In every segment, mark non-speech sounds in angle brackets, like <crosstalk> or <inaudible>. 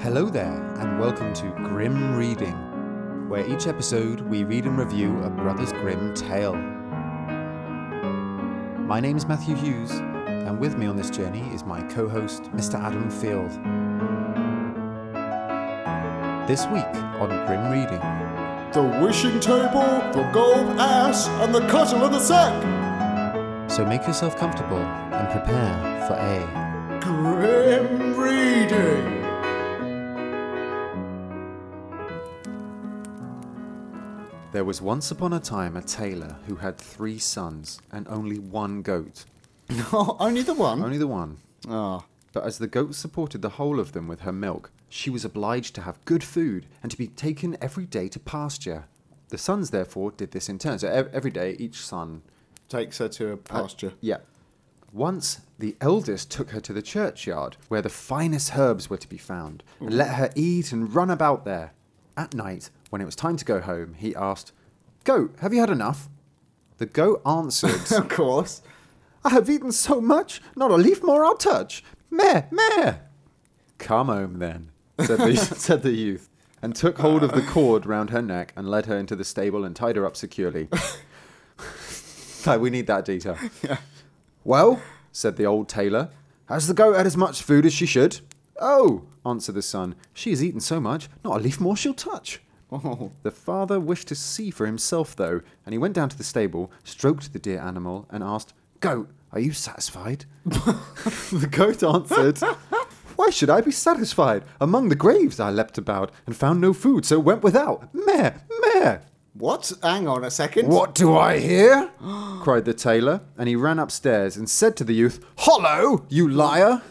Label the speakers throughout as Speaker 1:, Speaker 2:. Speaker 1: Hello there, and welcome to Grim Reading, where each episode we read and review a Brothers Grimm tale. My name is Matthew Hughes, and with me on this journey is my co host, Mr. Adam Field. This week on Grim Reading,
Speaker 2: The wishing table, the gold ass, and the cuttle of the sack.
Speaker 1: so make yourself comfortable and prepare for a.
Speaker 2: Grim <laughs> reading.
Speaker 1: There was once upon a time a tailor who had three sons and only one goat.
Speaker 2: No, Oh, only the one.
Speaker 1: Only the one.
Speaker 2: Ah,
Speaker 1: But as the goat supported the whole of them with her milk, she was obliged to have good food and to be taken every day to pasture. The sons, therefore, did this in turn. So ev- every day, each son.
Speaker 2: takes her to a pasture.
Speaker 1: Yeah. Once the eldest took her to the churchyard, where the finest herbs were to be found, and let her eat and run about there. At night, when it was time to go home, he asked, Goat, have you had enough? The goat answered,
Speaker 2: <laughs> of course.
Speaker 1: I have eaten so much, not a leaf more I'll touch. Meh, meh. Come home then, said <laughs> the, said the youth, and took hold of the cord round her neck and led her into the stable and tied her up securely. <laughs> like, we need that detail. Well, said the old tailor, has the goat had as much food as she should? Oh, answered the son, she has eaten so much, not a leaf more she'll touch.
Speaker 2: Oh.
Speaker 1: The father wished to see for himself, though, and he went down to the stable, stroked the dear animal, and asked, Goat, are you satisfied? <laughs> the goat answered, Why should I be satisfied? Among the graves I leapt about, and found no food, so went without. Meh, meh.
Speaker 2: What? Hang on a second.
Speaker 1: What do I hear? <gasps> cried the tailor, and he ran upstairs and said to the youth, Hollow, you liar!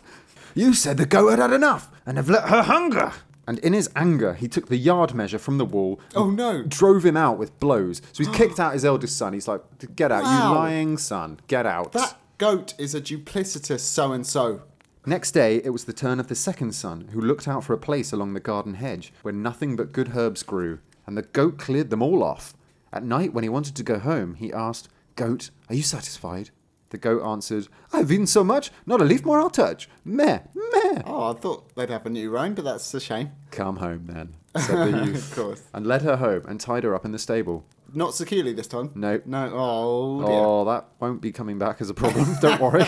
Speaker 1: You said the goat had had enough, and have let her hunger. And in his anger, he took the yard measure from the wall. and
Speaker 2: Oh, no.
Speaker 1: Drove him out with blows. So he's kicked out his eldest son. He's like, "Get out,
Speaker 2: Wow.
Speaker 1: you lying son! Get out!"
Speaker 2: That goat is a duplicitous so and so.
Speaker 1: Next day, it was the turn of the second son, who looked out for a place along the garden hedge where nothing but good herbs grew, and the goat cleared them all off. At night, when he wanted to go home, he asked, Goat, are you satisfied? The goat answered, I've eaten so much, not a leaf more I'll touch. Meh, meh.
Speaker 2: Oh, I thought they'd have a new round, but that's a shame.
Speaker 1: Come home then, said the youth,
Speaker 2: <laughs> Of course.
Speaker 1: and led her home and tied her up in the stable.
Speaker 2: Not securely this time.
Speaker 1: No.
Speaker 2: No. Oh, dear.
Speaker 1: Oh, that won't be coming back as a problem. <laughs> Don't
Speaker 2: <laughs>
Speaker 1: worry.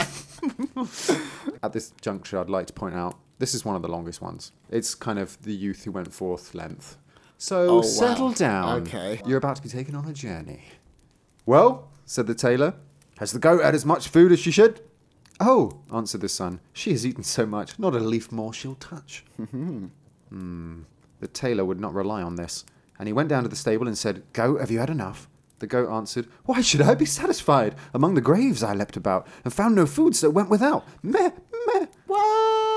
Speaker 1: At this juncture, I'd like to point out this is one of the longest ones. It's kind of the youth who went forth length. So
Speaker 2: Oh, wow.
Speaker 1: settle down.
Speaker 2: Okay.
Speaker 1: You're about to be taken on a journey. Well, said the tailor, has the goat had as much food as she should? Oh, answered the son, she has eaten so much, not a leaf more she'll touch. The tailor would not rely on this, and he went down to the stable and said, Goat, have you had enough? The goat answered, Why should I be satisfied? Among the graves I leapt about, and found no food, so went without. Meh, meh.
Speaker 2: What? <laughs>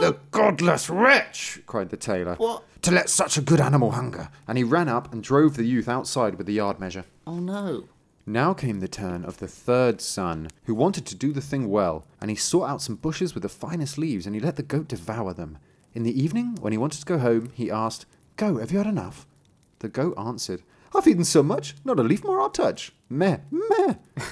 Speaker 1: The godless wretch! cried the tailor.
Speaker 2: What?
Speaker 1: To let such a good animal hunger. And he ran up and drove the youth outside with the yard measure.
Speaker 2: Oh no.
Speaker 1: Now came the turn of the third son, who wanted to do the thing well, and he sought out some bushes with the finest leaves, and he let the goat devour them. In the evening, when he wanted to go home, he asked, Goat, have you had enough? The goat answered, I've eaten so much, not a leaf more I'll touch. Meh, meh. <laughs>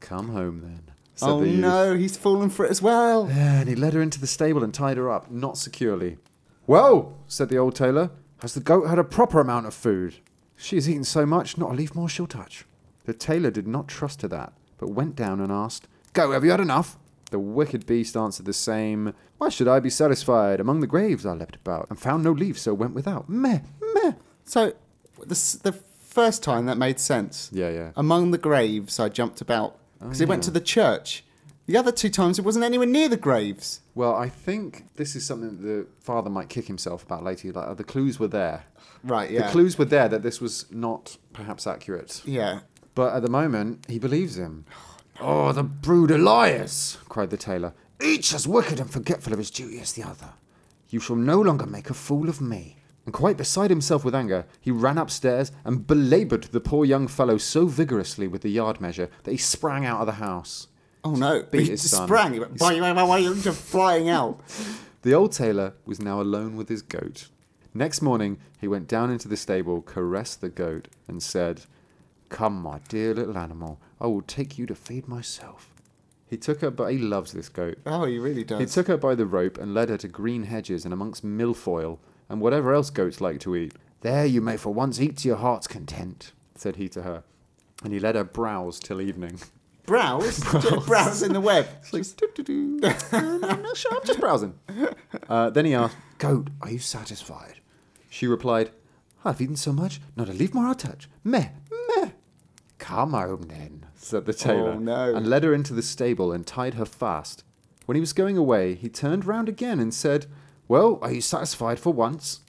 Speaker 1: Come home then, said
Speaker 2: oh
Speaker 1: the youth.
Speaker 2: no, he's fallen for it as well.
Speaker 1: And he led her into the stable and tied her up, not securely. Well, said the old tailor, has the goat had a proper amount of food? She has eaten so much, not a leaf more she'll touch. The tailor did not trust to that, but went down and asked, Goat, have you had enough? The wicked beast answered the same, Why should I be satisfied? Among the graves I leapt about, and found no leaf, so went without. Meh, meh.
Speaker 2: So, the, s- the first time that made sense.
Speaker 1: Yeah, Oh. yeah.
Speaker 2: Among the graves, I jumped about because it went to the church. The other two times, it wasn't anywhere near the graves.
Speaker 1: Well, I think this is something that the father might kick himself about later. Like, "Oh, the clues were there.
Speaker 2: Right? Yeah.
Speaker 1: The clues were there that this was not perhaps accurate.
Speaker 2: Yeah.
Speaker 1: But at the moment, he believes him. Oh, the brood of liars, cried the tailor. Each as wicked and forgetful of his duty as the other. You shall no longer make a fool of me. And quite beside himself with anger, he ran upstairs and belaboured the poor young fellow so vigorously with the yard measure that he sprang out of the house.
Speaker 2: Oh no!
Speaker 1: Beat
Speaker 2: he
Speaker 1: his
Speaker 2: just
Speaker 1: son.
Speaker 2: sprang. He went, "Bang, bang, bang, bang," just flying out.
Speaker 1: The old tailor was now alone with his goat. Next morning, he went down into the stable, caressed the goat, and said, Come, my dear little animal, I will take you to feed myself. He took her, but he loves this goat.
Speaker 2: Oh, he really does.
Speaker 1: He took her by the rope and led her to green hedges and amongst milfoil, and whatever else goats like to eat. There you may for once eat to your heart's content, said he to her. And he let her browse till evening. <laughs>
Speaker 2: Browse, Just browse in the web.
Speaker 1: It's like, "Doo-doo-doo."
Speaker 2: <laughs>
Speaker 1: "No, no, no, sure, I'm just browsing. Uh, then he asked, Goat, are you satisfied? She replied, I've eaten so much, not a leaf more I'll touch. Meh, meh. Come home then, said the tailor,
Speaker 2: Oh, no.
Speaker 1: and led her into the stable and tied her fast. When he was going away, he turned round again and said, Well, are you satisfied for once?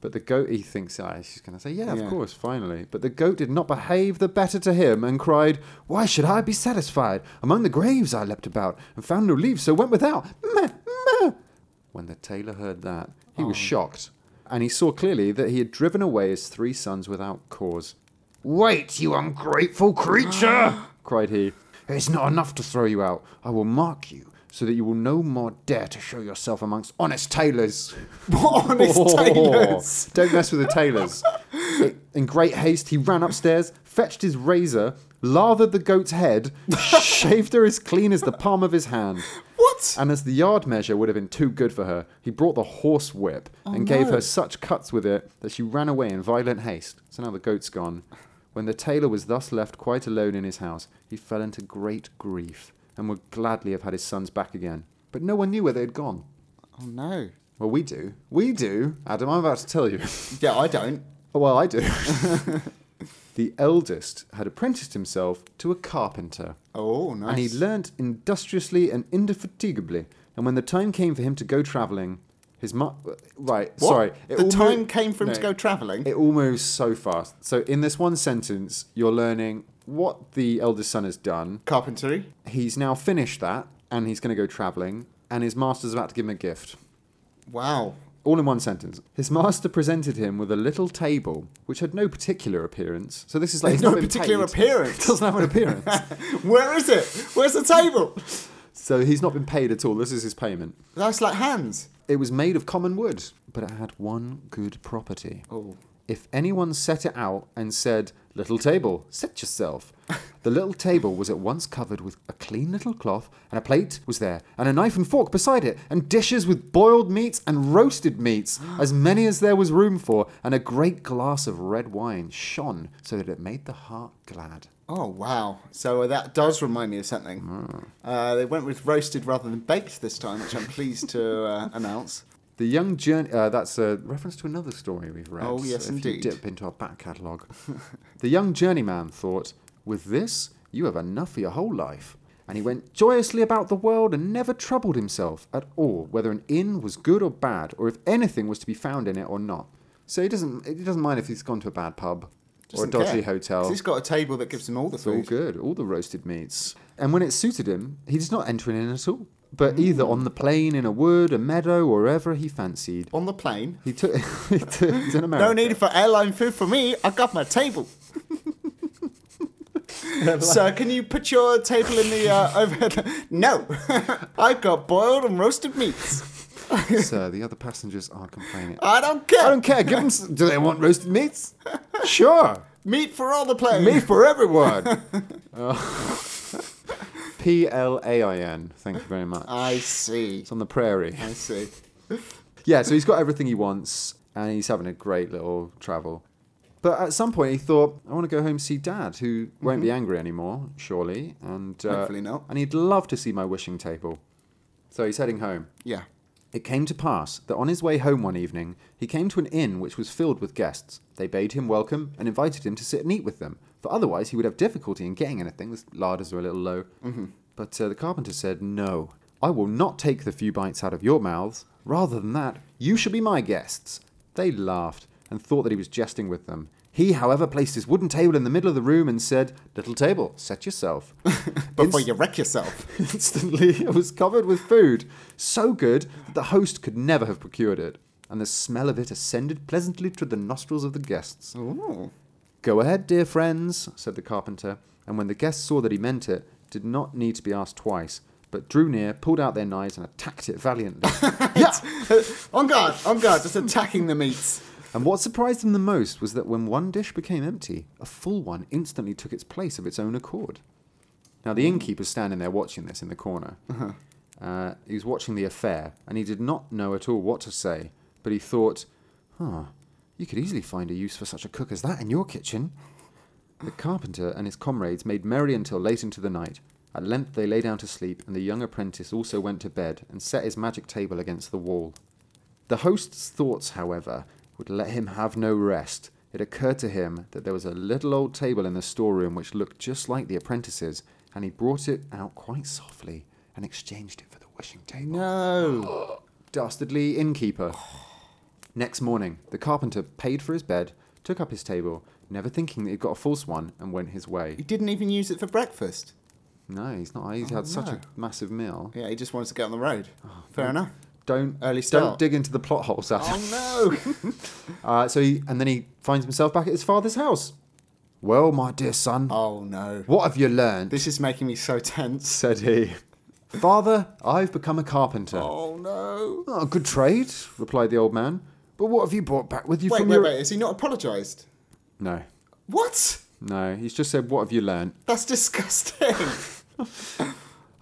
Speaker 1: But the goat, he thinks, ah, she's going to say, yeah,
Speaker 2: Yeah.
Speaker 1: of course, finally. But the goat did not behave the better to him and cried, Why should I be satisfied? Among the graves I leapt about and found no leaves, so went without. Meh, meh. When the tailor heard that, he was shocked, and he saw clearly that he had driven away his three sons without cause. Wait, you ungrateful creature! <gasps> cried he. It's not enough to throw you out. I will mark you so that you will no more dare to show yourself amongst honest tailors. <laughs>
Speaker 2: Honest
Speaker 1: Oh, <laughs>
Speaker 2: tailors.
Speaker 1: Don't mess with the tailors. In great haste, he ran upstairs, fetched his razor, lathered the goat's head, <laughs> shaved her as clean as the palm of his hand.
Speaker 2: What?
Speaker 1: And as the yard measure would have been too good for her, he brought the horse whip and gave her such cuts with it that she ran away in violent haste. So now the goat's gone. When the tailor was thus left quite alone in his house, he fell into great grief and would gladly have had his sons back again. But no one knew where they had gone.
Speaker 2: Oh no.
Speaker 1: Well, we do. We do. Adam, I'm about to tell you.
Speaker 2: Yeah, I don't.
Speaker 1: well, I do. the eldest had apprenticed himself to a carpenter.
Speaker 2: Oh, nice.
Speaker 1: And he learnt industriously and indefatigably. And when the time came for him to go travelling, his mu- right,
Speaker 2: What?
Speaker 1: sorry,
Speaker 2: The
Speaker 1: almo-
Speaker 2: time came for him to
Speaker 1: No.
Speaker 2: go travelling.
Speaker 1: It all moves so fast. So in this one sentence, you're learning what the eldest son has done.
Speaker 2: Carpentry.
Speaker 1: He's now finished that, and he's going to go travelling. And his master's about to give him a gift.
Speaker 2: Wow.
Speaker 1: All in one sentence. His master presented him with a little table which had no particular appearance. So this is like he's
Speaker 2: no
Speaker 1: not been
Speaker 2: particular
Speaker 1: paid. <laughs>
Speaker 2: appearance.
Speaker 1: Doesn't have an
Speaker 2: <laughs>
Speaker 1: appearance.
Speaker 2: Where is it? Where's the table?
Speaker 1: so he's not been paid at all. This is his payment.
Speaker 2: That's like hands.
Speaker 1: It was made of common wood, but it had one good property.
Speaker 2: Oh.
Speaker 1: If anyone set it out and said, Little table, set yourself, the little table was at once covered with a clean little cloth, and a plate was there, and a knife and fork beside it, and dishes with boiled meats and roasted meats, as many as there was room for, and a great glass of red wine shone so that it made the heart glad.
Speaker 2: Oh wow! So that does remind me of something.
Speaker 1: Hmm.
Speaker 2: Uh, they went with roasted rather than baked this time, which I'm pleased to
Speaker 1: <laughs>
Speaker 2: uh, announce.
Speaker 1: The young journey. Uh, that's a reference to another story we've read.
Speaker 2: Oh, yes,
Speaker 1: if you
Speaker 2: indeed.
Speaker 1: dip into our back
Speaker 2: <laughs>
Speaker 1: catalogue. the young journeyman thought, "With this, you have enough for your whole life." And he went joyously about the world and never troubled himself at all whether an inn was good or bad, or if anything was to be found in it or not. So he doesn't. He doesn't mind if he's gone to a bad pub or a
Speaker 2: Doesn't
Speaker 1: dodgy
Speaker 2: care. 'Cause
Speaker 1: hotel.
Speaker 2: He's got a table that gives him all the
Speaker 1: It's all
Speaker 2: food.
Speaker 1: good, all the roasted meats. And when it suited him, he did not enter an inn at all, but either
Speaker 2: Mm.
Speaker 1: on the plain, in a wood, a meadow, or wherever he fancied.
Speaker 2: On the plane.
Speaker 1: He took. <laughs> he took he's in America.
Speaker 2: No need for airline food for me. I got my
Speaker 1: <laughs>
Speaker 2: table. <laughs> Sir, can you put your table in the uh, <laughs> overhead? No, <laughs> I've got boiled and roasted meats.
Speaker 1: Sir, the other passengers are
Speaker 2: <laughs>
Speaker 1: complaining.
Speaker 2: I don't care.
Speaker 1: I don't care. Give them. s- Do they want roasted meats? Sure.
Speaker 2: Meat for all the plane.
Speaker 1: Me for everyone. <laughs> P L A I N. Thank you very much.
Speaker 2: I see.
Speaker 1: It's on the prairie.
Speaker 2: I see.
Speaker 1: Yeah, so he's got everything he wants, and he's having a great little travel. But at some point, he thought, "I want to go home see Dad, who won't be angry anymore, surely." And uh,
Speaker 2: Mm-hmm. Hopefully not.
Speaker 1: And he'd love to see my wishing table. So he's heading home.
Speaker 2: Yeah.
Speaker 1: It came to pass that on his way home one evening, he came to an inn which was filled with guests. They bade him welcome and invited him to sit and eat with them, for otherwise he would have difficulty in getting anything. The larders are a little low.
Speaker 2: Mm-hmm.
Speaker 1: But uh, the carpenter said, No, I will not take the few bites out of your mouths. Rather than that, you shall be my guests. They laughed and thought that he was jesting with them. He, however, placed his wooden table in the middle of the room and said, Little table, set yourself.
Speaker 2: <laughs> Before you wreck yourself.
Speaker 1: Instantly, <laughs> it was covered with food, so good that the host could never have procured it, and the smell of it ascended pleasantly to the nostrils of the guests.
Speaker 2: Ooh.
Speaker 1: Go ahead, dear friends, said the carpenter, and when the guests saw that he meant it, did not need to be asked twice, but drew near, pulled out their knives, and attacked it valiantly.
Speaker 2: yeah. <laughs> on guard, on guard, just attacking the meats.
Speaker 1: And what surprised them the most was that when one dish became empty, a full one instantly took its place of its own accord. Now, the innkeeper's standing there watching this in the corner. uh he was watching the affair, and he did not know at all what to say, but he thought, Huh. You could easily find a use for such a cook as that in your kitchen. The carpenter and his comrades made merry until late into the night. At length they lay down to sleep, and the young apprentice also went to bed and set his magic table against the wall. The host's thoughts, however, would let him have no rest. It occurred to him that there was a little old table in the storeroom which looked just like the apprentice's, and he brought it out quite softly and exchanged it for the wishing table
Speaker 2: No.
Speaker 1: dastardly innkeeper. Next morning, the carpenter paid for his bed, took up his table, never thinking that he'd got a false one, and went his way.
Speaker 2: He didn't even use it for breakfast.
Speaker 1: No, he's not. He's had such a
Speaker 2: Oh, no.
Speaker 1: massive meal.
Speaker 2: Yeah, he just wanted to get on the road. Fair enough.
Speaker 1: Don't
Speaker 2: Early
Speaker 1: don't
Speaker 2: start.
Speaker 1: dig into the plot holes. Adam.
Speaker 2: Oh no.
Speaker 1: Uh, so he and then he finds himself back at his father's house. Well, my dear son,
Speaker 2: <laughs> oh no.
Speaker 1: what have you learned?
Speaker 2: This <laughs> is making me so tense.
Speaker 1: said he. Father, I've become a carpenter.
Speaker 2: Oh no.
Speaker 1: "Oh, good trade, replied the old man. But what have you brought back with you
Speaker 2: Wait,
Speaker 1: from
Speaker 2: wait,
Speaker 1: your?
Speaker 2: wait. Has he not apologised?
Speaker 1: No,
Speaker 2: What?
Speaker 1: no. He's just said, "What have you learned?"
Speaker 2: That's <laughs> disgusting.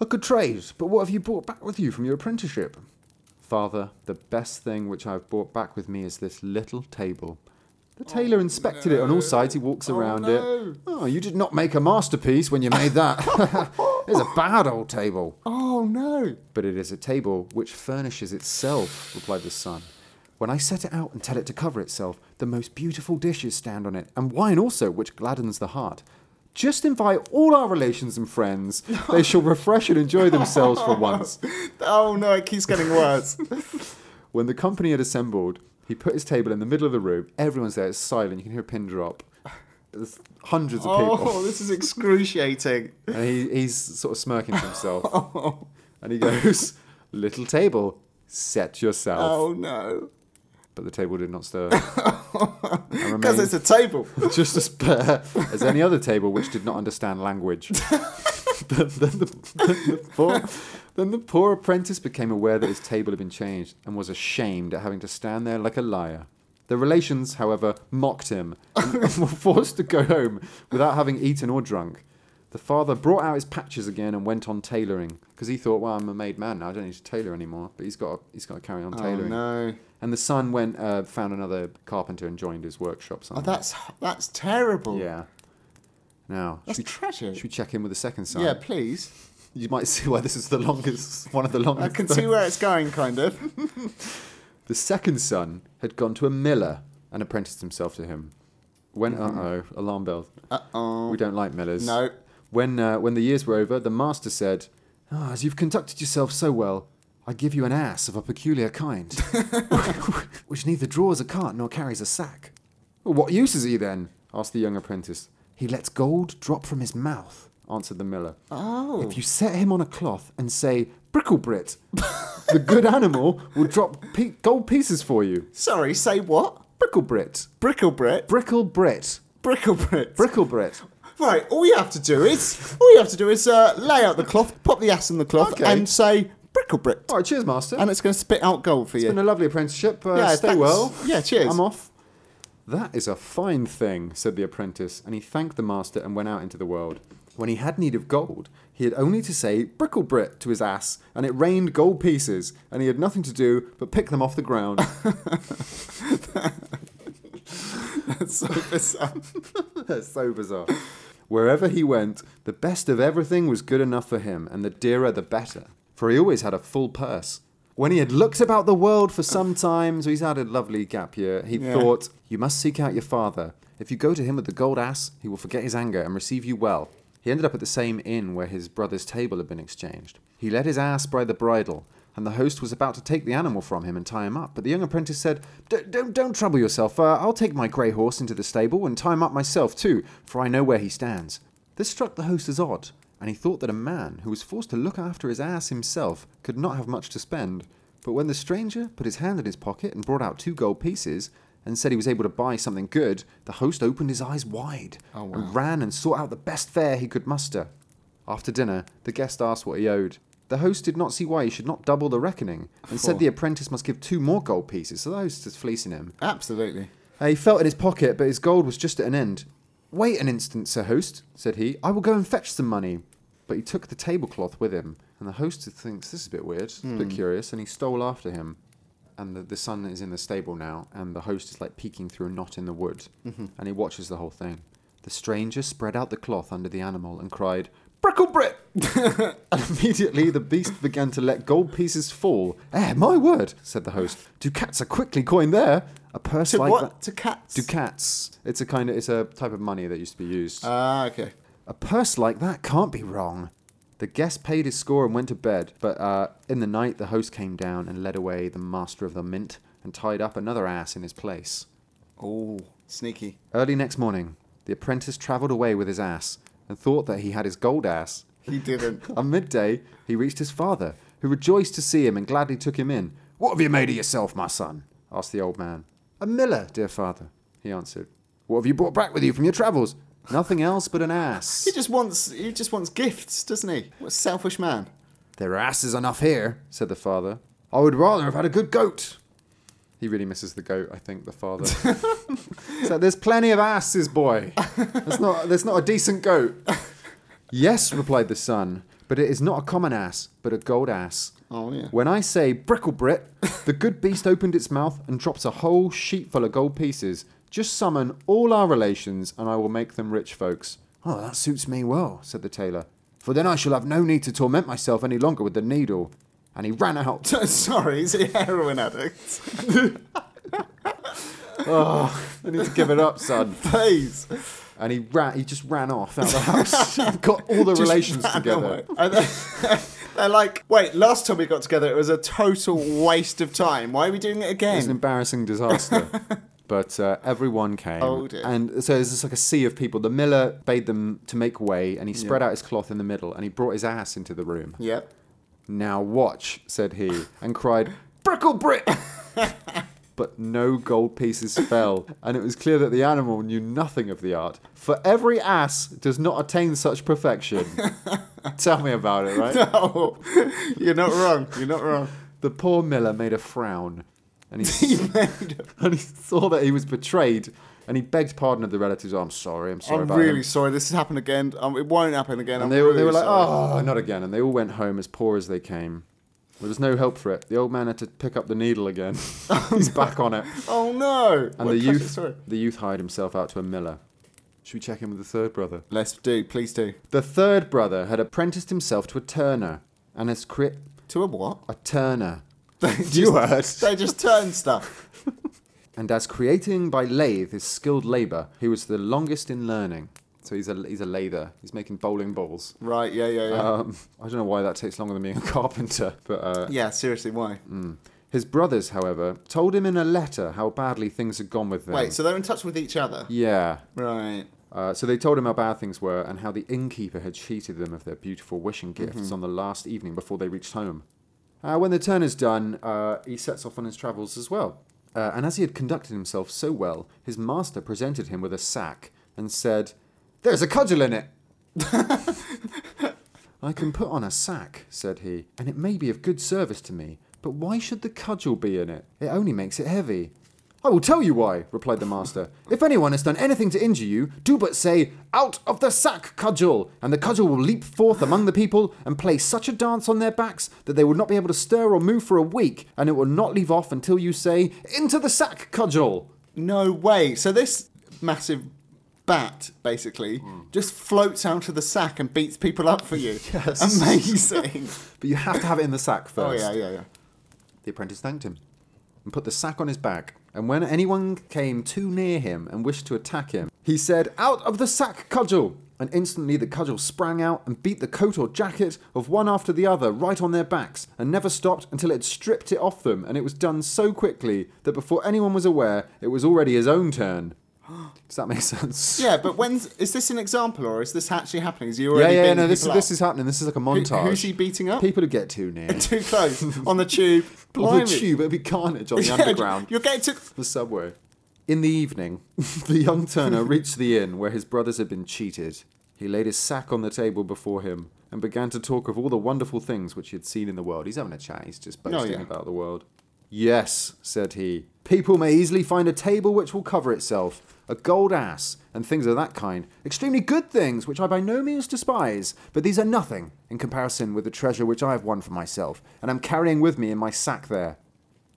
Speaker 1: A good trade, but what have you brought back with you from your apprenticeship? Father, the best thing which I have brought back with me is this little table. The tailor inspected it on all sides. He walks
Speaker 2: Oh,
Speaker 1: around
Speaker 2: no.
Speaker 1: it. Oh, you did not make a masterpiece when you made that. <laughs> it's a bad old table.
Speaker 2: oh no.
Speaker 1: But it is a table which furnishes itself, replied the son. When I set it out and tell it to cover itself, the most beautiful dishes stand on it, and wine also, which gladdens the heart. Just invite all our relations and friends. They shall refresh and enjoy themselves for once.
Speaker 2: Oh no, it keeps getting <laughs> worse.
Speaker 1: When the company had assembled, he put his table in the middle of the room. Everyone's there, it's silent. You can hear a pin drop. There's hundreds of people.
Speaker 2: oh, this is excruciating.
Speaker 1: And he, he's sort of smirking to himself.
Speaker 2: Oh,
Speaker 1: and he goes, Little table, set yourself.
Speaker 2: Oh no.
Speaker 1: but the table did not
Speaker 2: <laughs>
Speaker 1: stir. And
Speaker 2: Because
Speaker 1: remained
Speaker 2: it's a table.
Speaker 1: <laughs> just as bare as any other table which did not understand
Speaker 2: <laughs>
Speaker 1: language. then, then the, then the poor, then the poor apprentice became aware that his table had been changed and was ashamed at having to stand there like a liar. The relations, however, mocked him and were forced to go home without having eaten or drunk. The father brought out his patches again and went on tailoring because he thought, "Well, I'm a made man now. I don't need to tailor anymore." But he's got he's got to carry on
Speaker 2: Oh
Speaker 1: tailoring.
Speaker 2: no.
Speaker 1: And the son went uh, found another carpenter and joined his workshop.
Speaker 2: Oh,
Speaker 1: Somewhere.
Speaker 2: that's that's terrible.
Speaker 1: Um, yeah. Now
Speaker 2: That's
Speaker 1: should we,
Speaker 2: tragic.
Speaker 1: should we check in with the second son?
Speaker 2: Yeah, please.
Speaker 1: <laughs> You might see why this is the longest, one of the
Speaker 2: I
Speaker 1: longest.
Speaker 2: can see where it's going, kind of.
Speaker 1: <laughs> The second son had gone to a miller and apprenticed himself to him. When uh oh, alarm bells.
Speaker 2: Uh Mm-hmm. oh.
Speaker 1: We don't like millers.
Speaker 2: No.
Speaker 1: When uh, when the years were over, the master said, "Ah, "As you've conducted yourself so well, I give you an ass of a peculiar <laughs> kind, which neither draws a cart nor carries a sack." "Well, what use is he then? asked the young apprentice. He lets gold drop from his mouth, answered the miller.
Speaker 2: Oh.
Speaker 1: If you set him on a cloth and say bricklebrit, <laughs> the good animal will drop pe- gold pieces for you.
Speaker 2: Sorry, say what?
Speaker 1: Bricklebrit,
Speaker 2: Bricklebrit.
Speaker 1: bricklebrit,
Speaker 2: Bricklebrit.
Speaker 1: bricklebrit.
Speaker 2: right, all you have to do is all you have to do is uh, lay out the cloth, pop the ass in the cloth,
Speaker 1: Okay.
Speaker 2: and say bricklebrit,
Speaker 1: All right, cheers, master.
Speaker 2: and it's going to spit out gold for
Speaker 1: It's been a
Speaker 2: you.
Speaker 1: lovely apprenticeship. Uh,
Speaker 2: Yeah,
Speaker 1: stay
Speaker 2: thanks.
Speaker 1: well.
Speaker 2: Yeah, cheers.
Speaker 1: I'm off. That is a fine thing, said the apprentice, and he thanked the master and went out into the world. When he had need of gold, he had only to say bricklebrit to his ass, and it rained gold pieces, and he had nothing to do but pick them off the
Speaker 2: <laughs>
Speaker 1: ground.
Speaker 2: That's so bizarre.
Speaker 1: <laughs> That's so bizarre. Wherever he went, the best of everything was good enough for him, and the dearer the better, for he always had a full purse. When he had looked about the world for
Speaker 2: <laughs>
Speaker 1: some time, so he's had a lovely gap year, he
Speaker 2: Yeah.
Speaker 1: thought, You must seek out your father. If you go to him with the gold ass, he will forget his anger and receive you well. He ended up at the same inn where his brother's table had been exchanged. He led his ass by the bridle, and the host was about to take the animal from him and tie him up. But the young apprentice said, "Don't- "Don't, don't trouble yourself. Uh, I'll take my grey horse into the stable and tie him up myself too, for I know where he stands." This struck the host as odd, and he thought that a man who was forced to look after his ass himself could not have much to spend. But when the stranger put his hand in his pocket and brought out two gold pieces and said he was able to buy something good, the host opened his eyes wide
Speaker 2: Oh, wow.
Speaker 1: and ran and sought out the best fare he could muster. After dinner, the guest asked what he owed. The host did not see why he should not double the reckoning, and said
Speaker 2: Cool.
Speaker 1: the apprentice must give two more gold pieces, so the host is fleecing him.
Speaker 2: Absolutely.
Speaker 1: Uh, he felt in his pocket, but his gold was just at an end. Wait an instant, sir host, said he. I will go and fetch some money. But he took the
Speaker 2: Hmm.
Speaker 1: tablecloth with him, and the host thinks this is a bit weird, a bit curious, and he stole after him. and the, the son is in the stable now, and the host is like peeking through a knot in the wood,
Speaker 2: Mm-hmm.
Speaker 1: and he watches the whole thing. The stranger spread out the cloth under the animal and cried,
Speaker 2: <laughs>
Speaker 1: Bricklebrick! and immediately the beast began to let gold pieces fall. Eh, my word, said the host. Do cats are quickly coined there? A purse
Speaker 2: To
Speaker 1: like
Speaker 2: what?
Speaker 1: that.
Speaker 2: To cats.
Speaker 1: Do cats. It's a kind of, it's a type of money that used to be used.
Speaker 2: Ah, okay.
Speaker 1: A purse like that can't be wrong. The guest paid his score and went to bed, but uh, in the night the host came down and led away the master of the mint and tied up another ass in his place.
Speaker 2: Oh, sneaky.
Speaker 1: Early next morning, the apprentice travelled away with his ass and thought that he had his gold ass.
Speaker 2: He didn't.
Speaker 1: On midday, he reached his father, who rejoiced to see him and gladly took him in. What have you made of yourself, my son? asked the old man. A miller, dear father, he answered. What have you brought back with you from your travels? Nothing else but an ass. <laughs>
Speaker 2: he just wants. He just wants gifts, doesn't he? What a selfish man.
Speaker 1: There are asses enough here, said the father. I would rather have had a good goat. He really misses the goat, I think, the <laughs> father. so there's plenty of asses, boy. That's not, that's not a decent goat. <laughs> yes, replied the son, but it is not a common ass, but a gold ass.
Speaker 2: Oh yeah.
Speaker 1: When I say bricklebrit, the good beast opened its mouth and dropped a whole sheet full of gold pieces. Just summon all our relations, and I will make them rich folks. Oh, that suits me well, said the tailor, for then I shall have no need to torment myself any longer with the needle. And he ran out.
Speaker 2: <laughs> Sorry, is he a heroin addict?
Speaker 1: oh, I need to give it up, son.
Speaker 2: Please.
Speaker 1: And he ran. He just ran off out of the <laughs> house. Got all the
Speaker 2: Just
Speaker 1: relations
Speaker 2: ran
Speaker 1: together.
Speaker 2: away. And they're, <laughs> they're like, wait, last time we got together, it was a total waste of time. Why are we doing
Speaker 1: It's
Speaker 2: it
Speaker 1: an
Speaker 2: again?
Speaker 1: embarrassing
Speaker 2: <laughs>
Speaker 1: disaster. but uh, everyone came.
Speaker 2: Oh, dear.
Speaker 1: And so there's just like a sea of people. The miller bade them to make way and he spread out his cloth in the middle and he brought his ass into the room.
Speaker 2: Yep.
Speaker 1: Now watch, said he, and cried,
Speaker 2: <laughs>
Speaker 1: Bricklebrick! but no gold pieces fell, and it was clear that the animal knew nothing of the art, for every ass does not attain such
Speaker 2: <laughs>
Speaker 1: perfection. Tell me about it, right?
Speaker 2: <laughs> No, you're not wrong. You're not wrong. <laughs>
Speaker 1: The poor miller made a frown, and he
Speaker 2: He made-
Speaker 1: <laughs> and he saw that he was betrayed and he begged pardon of the relatives. "Oh, I'm sorry, I'm sorry
Speaker 2: I'm
Speaker 1: about
Speaker 2: really
Speaker 1: him.
Speaker 2: sorry. This has happened again. Um, it won't happen again. I'm
Speaker 1: And they, were they
Speaker 2: really
Speaker 1: were like,
Speaker 2: sorry.
Speaker 1: oh, not again. And they all went home as poor as they came. There was no help for it. The old man had to pick up the needle
Speaker 2: <laughs>
Speaker 1: again. <laughs> He's back on it.
Speaker 2: oh no.
Speaker 1: And
Speaker 2: What
Speaker 1: the
Speaker 2: a tragic
Speaker 1: youth,
Speaker 2: story.
Speaker 1: the youth hired himself out to a miller. Should we check in with the third brother?
Speaker 2: Let's do. Please do.
Speaker 1: The third brother had apprenticed himself to a turner and has crit
Speaker 2: To a what? <laughs>
Speaker 1: a turner.
Speaker 2: They just, They just turn stuff.
Speaker 1: And as creating by lathe is skilled labour, he was the longest in learning. So he's a, he's a lather. He's making bowling balls.
Speaker 2: Right. Yeah. Yeah. Yeah.
Speaker 1: Um, I don't know why that takes longer than being a <laughs> carpenter, but uh,
Speaker 2: yeah. Seriously, why?
Speaker 1: his brothers, however, told him in a letter how badly things had gone with them.
Speaker 2: Wait. So they're in touch with each other.
Speaker 1: yeah.
Speaker 2: Right.
Speaker 1: Uh, so they told him how bad things were and how the innkeeper had cheated them of their beautiful wishing gifts on the last evening before they reached home. Uh, when the turn is done, uh, he sets off on his travels as well. Uh, and as he had conducted himself so well, his master presented him with a sack and said, There's a cudgel in it. I can put on a sack, said he, and it may be of good service to me, but why should the cudgel be in it? It only makes it heavy. I will tell you why, replied the master. If anyone has done anything to injure you, do but say, Out of the sack, cudgel! And the cudgel will leap forth among the people and play such a dance on their backs that they will not be able to stir or move for a week, and it will not leave off until you say, Into the sack, cudgel!
Speaker 2: No way. So this massive bat basically
Speaker 1: Hmm.
Speaker 2: just floats out of the sack and beats people up for you.
Speaker 1: <laughs> Yes. <laughs>
Speaker 2: Amazing.
Speaker 1: But you have to have it in the sack first.
Speaker 2: oh yeah. Yeah. Yeah.
Speaker 1: The apprentice thanked him and put the sack on his back. And when anyone came too near him and wished to attack him, he said, Out of the sack, cudgel! And instantly the cudgel sprang out and beat the coat or jacket of one after the other right on their backs, and never stopped until it had stripped it off them. And it was done so quickly that before anyone was aware, it was already his own
Speaker 2: <gasps>
Speaker 1: turn. Does that make sense?
Speaker 2: Yeah, but when's is this an example or is this actually happening? Is
Speaker 1: <laughs>
Speaker 2: he
Speaker 1: yeah,
Speaker 2: already?
Speaker 1: yeah.
Speaker 2: beating
Speaker 1: No, this is
Speaker 2: people
Speaker 1: this
Speaker 2: up?
Speaker 1: is happening. This is like a
Speaker 2: Who-
Speaker 1: montage.
Speaker 2: who's he beating
Speaker 1: <laughs>
Speaker 2: up? <laughs>
Speaker 1: People who get too near.
Speaker 2: Too close on the
Speaker 1: <laughs>
Speaker 2: tube.
Speaker 1: on
Speaker 2: Blimey.
Speaker 1: the tube, it'd be carnage on the
Speaker 2: <laughs> Yeah,
Speaker 1: underground.
Speaker 2: You're getting to.
Speaker 1: the subway. In the evening, <laughs> the young Turner reached the inn where his brothers had been cheated. He laid his sack on the table before him and began to talk of all the wonderful things which he had seen in the world. He's having a chat, he's just boasting
Speaker 2: yeah.
Speaker 1: about the world. Yes, said he, people may easily find a table which will cover itself, a gold ass, and things of that kind. Extremely good things, which I by no means despise, but these are nothing in comparison with the treasure which I have won for myself, and am carrying with me in my sack there.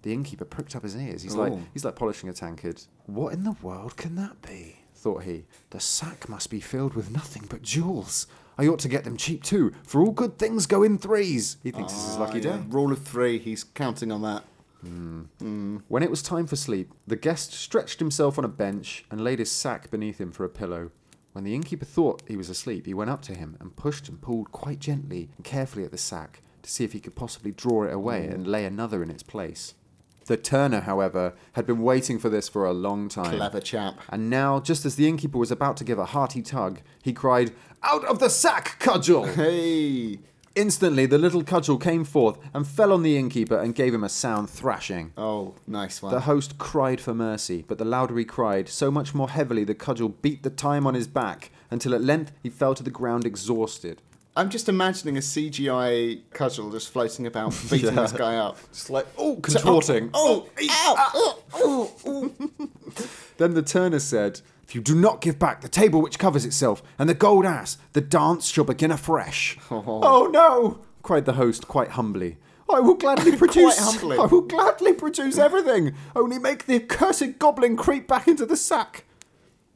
Speaker 1: The innkeeper pricked up his ears. He's
Speaker 2: Ooh.
Speaker 1: like he's like polishing a tankard. What in the world can that be? thought he. The sack must be filled with nothing but jewels. I ought to get them cheap too, for all good things go in threes. He thinks this is his lucky
Speaker 2: Ah, yeah.
Speaker 1: day.
Speaker 2: Rule of three, he's counting on that.
Speaker 1: When it was time for sleep, the guest stretched himself on a bench and laid his sack beneath him for a pillow. When the innkeeper thought he was asleep, he went up to him and pushed and pulled quite gently and carefully at the sack to see if he could possibly draw it away and lay another in its place. The turner, however, had been waiting for this for a long time.
Speaker 2: Clever chap.
Speaker 1: And now, just as the innkeeper was about to give a hearty tug, he cried, Out of the sack,
Speaker 2: <laughs>
Speaker 1: cudgel!
Speaker 2: Hey!
Speaker 1: Instantly, the little cudgel came forth and fell on the innkeeper and gave him a sound thrashing.
Speaker 2: Oh, nice one.
Speaker 1: The host cried for mercy, but the louder he cried, so much more heavily the cudgel beat the time on his back, until at length he fell to the ground exhausted.
Speaker 2: I'm just imagining a CGI cudgel just
Speaker 1: <laughs>
Speaker 2: floating about, beating
Speaker 1: Yeah.
Speaker 2: this guy up.
Speaker 1: It's like, oh, contorting.
Speaker 2: Oh, ow!
Speaker 1: Then the turner said, If you do not give back the table which covers itself and the gold ass, the dance shall begin afresh.
Speaker 2: Oh.
Speaker 1: no! cried the host quite humbly. I will
Speaker 2: <laughs>
Speaker 1: gladly produce.
Speaker 2: humbly.
Speaker 1: I will gladly produce everything. Only make the accursed goblin creep back into the sack.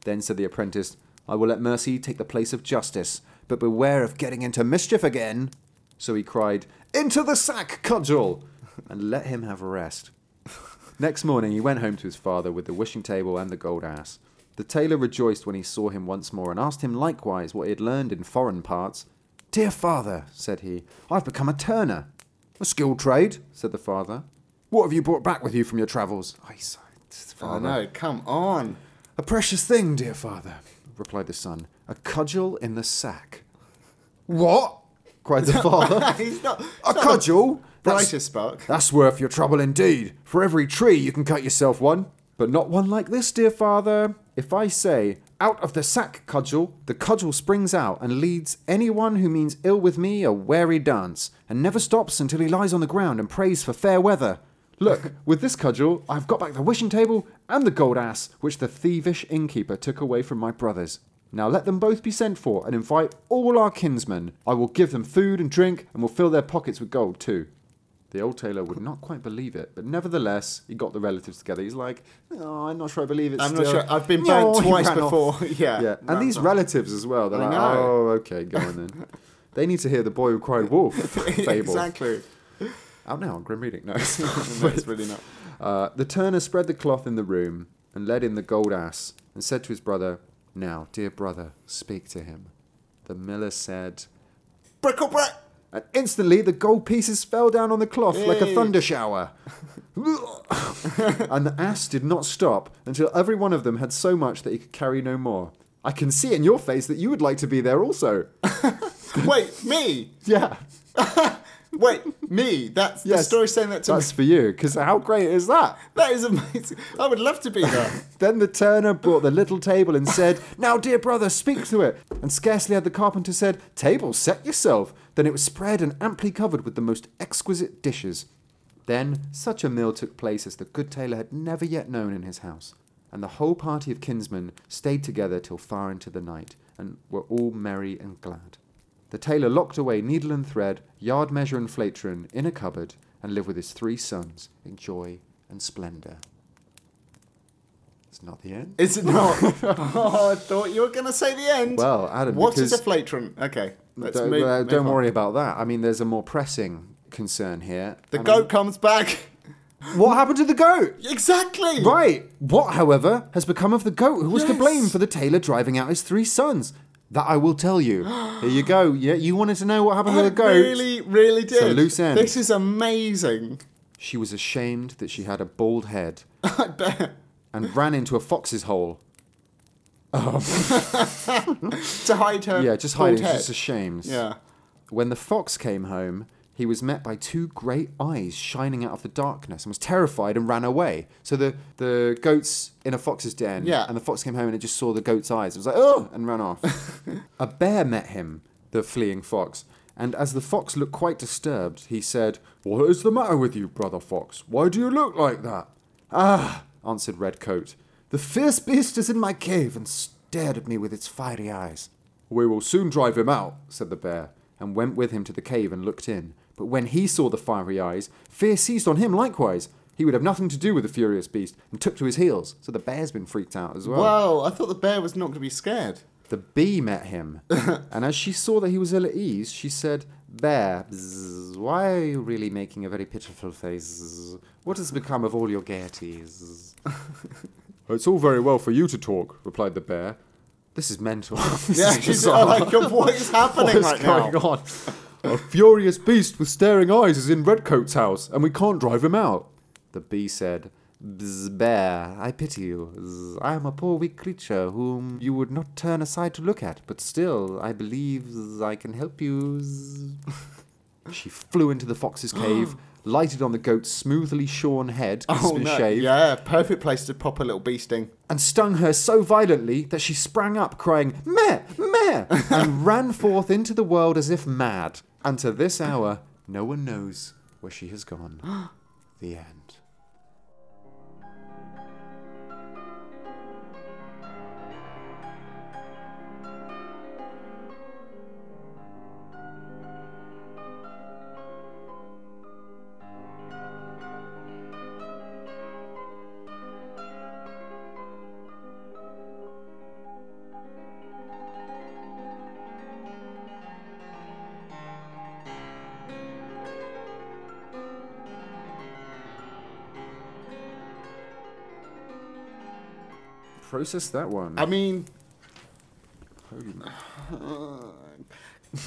Speaker 1: Then said the apprentice, I will let mercy take the place of justice, but beware of getting into mischief again. So he cried, Into the sack, cudgel! <laughs> and let him have rest. Next morning he went home to his father with the wishing table and the gold ass. The tailor rejoiced when he saw him once more and asked him likewise what he had learned in foreign parts. Dear father, said he, I've become a turner. A skilled trade, said the father. What have you brought back with you from your travels? I sighed.
Speaker 2: Oh no, come
Speaker 1: <laughs>
Speaker 2: on. <laughs>
Speaker 1: A precious thing, dear father, replied the son. A cudgel in the sack. What? cried the <laughs> father.
Speaker 2: he's not.
Speaker 1: a cudgel?
Speaker 2: Brightest spark.
Speaker 1: That's worth your trouble indeed. For every tree you can cut yourself one. But not one like this, dear father. If I say, out of the sack cudgel, the cudgel springs out and leads anyone who means ill with me a wary dance, and never stops until he lies on the ground and prays for fair weather. Look, with this cudgel, I've got back the wishing table and the gold ass, which the thievish innkeeper took away from my brothers. Now let them both be sent for, and invite all our kinsmen. I will give them food and drink, and will fill their pockets with gold too. The old tailor would not quite believe it, but nevertheless, he got the relatives together. He's like, "Oh, I'm not sure I believe it.
Speaker 2: I'm not
Speaker 1: still."
Speaker 2: sure.
Speaker 1: <laughs>
Speaker 2: I've been
Speaker 1: Yeah,
Speaker 2: burnt
Speaker 1: he
Speaker 2: twice
Speaker 1: ran off.
Speaker 2: before. <laughs> yeah.
Speaker 1: Yeah, and
Speaker 2: No,
Speaker 1: these
Speaker 2: no.
Speaker 1: relatives as well. They're
Speaker 2: I
Speaker 1: like,
Speaker 2: know.
Speaker 1: "Oh, okay, go on then." <laughs> they need to hear the boy who cried
Speaker 2: <laughs>
Speaker 1: wolf fable <laughs>
Speaker 2: exactly.
Speaker 1: out now on Grim Reading. No, <laughs>
Speaker 2: No, it's really not.
Speaker 1: Uh, the turner spread the cloth in the room and led in the gold ass and said to his brother, Now, dear brother, speak to him. The miller said,
Speaker 2: Brickle brick.
Speaker 1: and instantly the gold pieces fell down on the cloth like a
Speaker 2: Hey.
Speaker 1: thunder shower. and the ass did not stop until every one of them had so much that he could carry no more. I can see in your face that you would like to be there also.
Speaker 2: Wait, me.
Speaker 1: Yeah,
Speaker 2: Wait, me. That's the
Speaker 1: Yes.
Speaker 2: story saying that to
Speaker 1: that's for you, because how great is that?
Speaker 2: me. That is amazing. I would love
Speaker 1: <laughs>
Speaker 2: to be there.
Speaker 1: Then the turner brought the little table and said, Now, dear brother, speak to it. And scarcely had the carpenter said, Table, set yourself. Then it was spread and amply covered with the most exquisite dishes. Then such a meal took place as the good tailor had never yet known in his house. And the whole party of kinsmen stayed together till far into the night, and were all merry and glad. The tailor locked away needle and thread, yard measure and flatron in a cupboard, and lived with his three sons in joy and splendour. It's not the end.
Speaker 2: Is it not? <laughs> oh, I thought you were going to say the end.
Speaker 1: Well, Adam,
Speaker 2: what is
Speaker 1: because-
Speaker 2: a flatron? Okay, let's
Speaker 1: don't
Speaker 2: move.
Speaker 1: uh,
Speaker 2: move
Speaker 1: don't
Speaker 2: on.
Speaker 1: worry about that. I mean, there's a more pressing concern here.
Speaker 2: The
Speaker 1: And
Speaker 2: goat comes back. <laughs>
Speaker 1: I'm- What happened to the goat?
Speaker 2: Exactly.
Speaker 1: Right. What, however, has become of the goat who was to
Speaker 2: Yes.
Speaker 1: blame for the tailor driving out his three sons? That I will tell
Speaker 2: <gasps>
Speaker 1: you. Here you go. Yeah, you wanted to know what happened
Speaker 2: I
Speaker 1: to the goat.
Speaker 2: really, really did.
Speaker 1: loose end.
Speaker 2: This is amazing.
Speaker 1: She was ashamed that she had a bald head
Speaker 2: <laughs> I bet.
Speaker 1: and ran into a fox's hole.
Speaker 2: To hide her.
Speaker 1: Yeah, just
Speaker 2: Uh, bald
Speaker 1: hiding.
Speaker 2: head.
Speaker 1: Just ashamed.
Speaker 2: Yeah.
Speaker 1: When the fox came home, he was met by two great eyes shining out of the darkness and was terrified and ran away. So the, the goat's in a fox's den,
Speaker 2: Yeah.
Speaker 1: and the fox came home and it just saw the goat's eyes. It was like, oh, and ran off. a bear met him, the fleeing fox, and as the fox looked quite disturbed, he said, What is the matter with you, brother fox? Why do you look like that? Ah, answered Redcoat, the fierce beast is in my cave and stared at me with its fiery eyes. We will soon drive him out, said the bear, and went with him to the cave and looked in. But when he saw the fiery eyes, fear seized on him likewise. He would have nothing to do with the furious beast and took to his heels. So the bear's been freaked out as well.
Speaker 2: Whoa, I thought the bear was not going to be scared.
Speaker 1: The bee met
Speaker 2: <laughs>
Speaker 1: him, and as she saw that he was ill at ease, she said, Bear, bzz, why are you really making a very pitiful face? What has become of all your
Speaker 2: <laughs>
Speaker 1: gaieties? it's all very well for you to talk, replied the bear. This is mental. <laughs> <laughs> This
Speaker 2: Yeah,
Speaker 1: is <laughs>
Speaker 2: she's
Speaker 1: bizarre.
Speaker 2: like, what is happening
Speaker 1: What is
Speaker 2: right
Speaker 1: going
Speaker 2: now?
Speaker 1: on? A furious beast with staring eyes is in Redcoat's house, and we can't drive him out. The bee said, Bzz, Bear, I pity you. Zzz, I am a poor weak creature whom you would not turn aside to look at, but still, I believe zzz, I can help you. zzz." <laughs> She flew into the fox's
Speaker 2: <gasps>
Speaker 1: cave, lighted on the goat's smoothly shorn head, crisp
Speaker 2: Oh,
Speaker 1: and
Speaker 2: no.
Speaker 1: shaved,
Speaker 2: Yeah, perfect place to pop a little bee sting.
Speaker 1: and stung her so violently that she sprang up, crying, Meh, <laughs> meh, and ran forth into the world as if mad. And to this hour, no one knows where she has <gasps> gone. the end. Process that one. <sighs>
Speaker 2: I mean,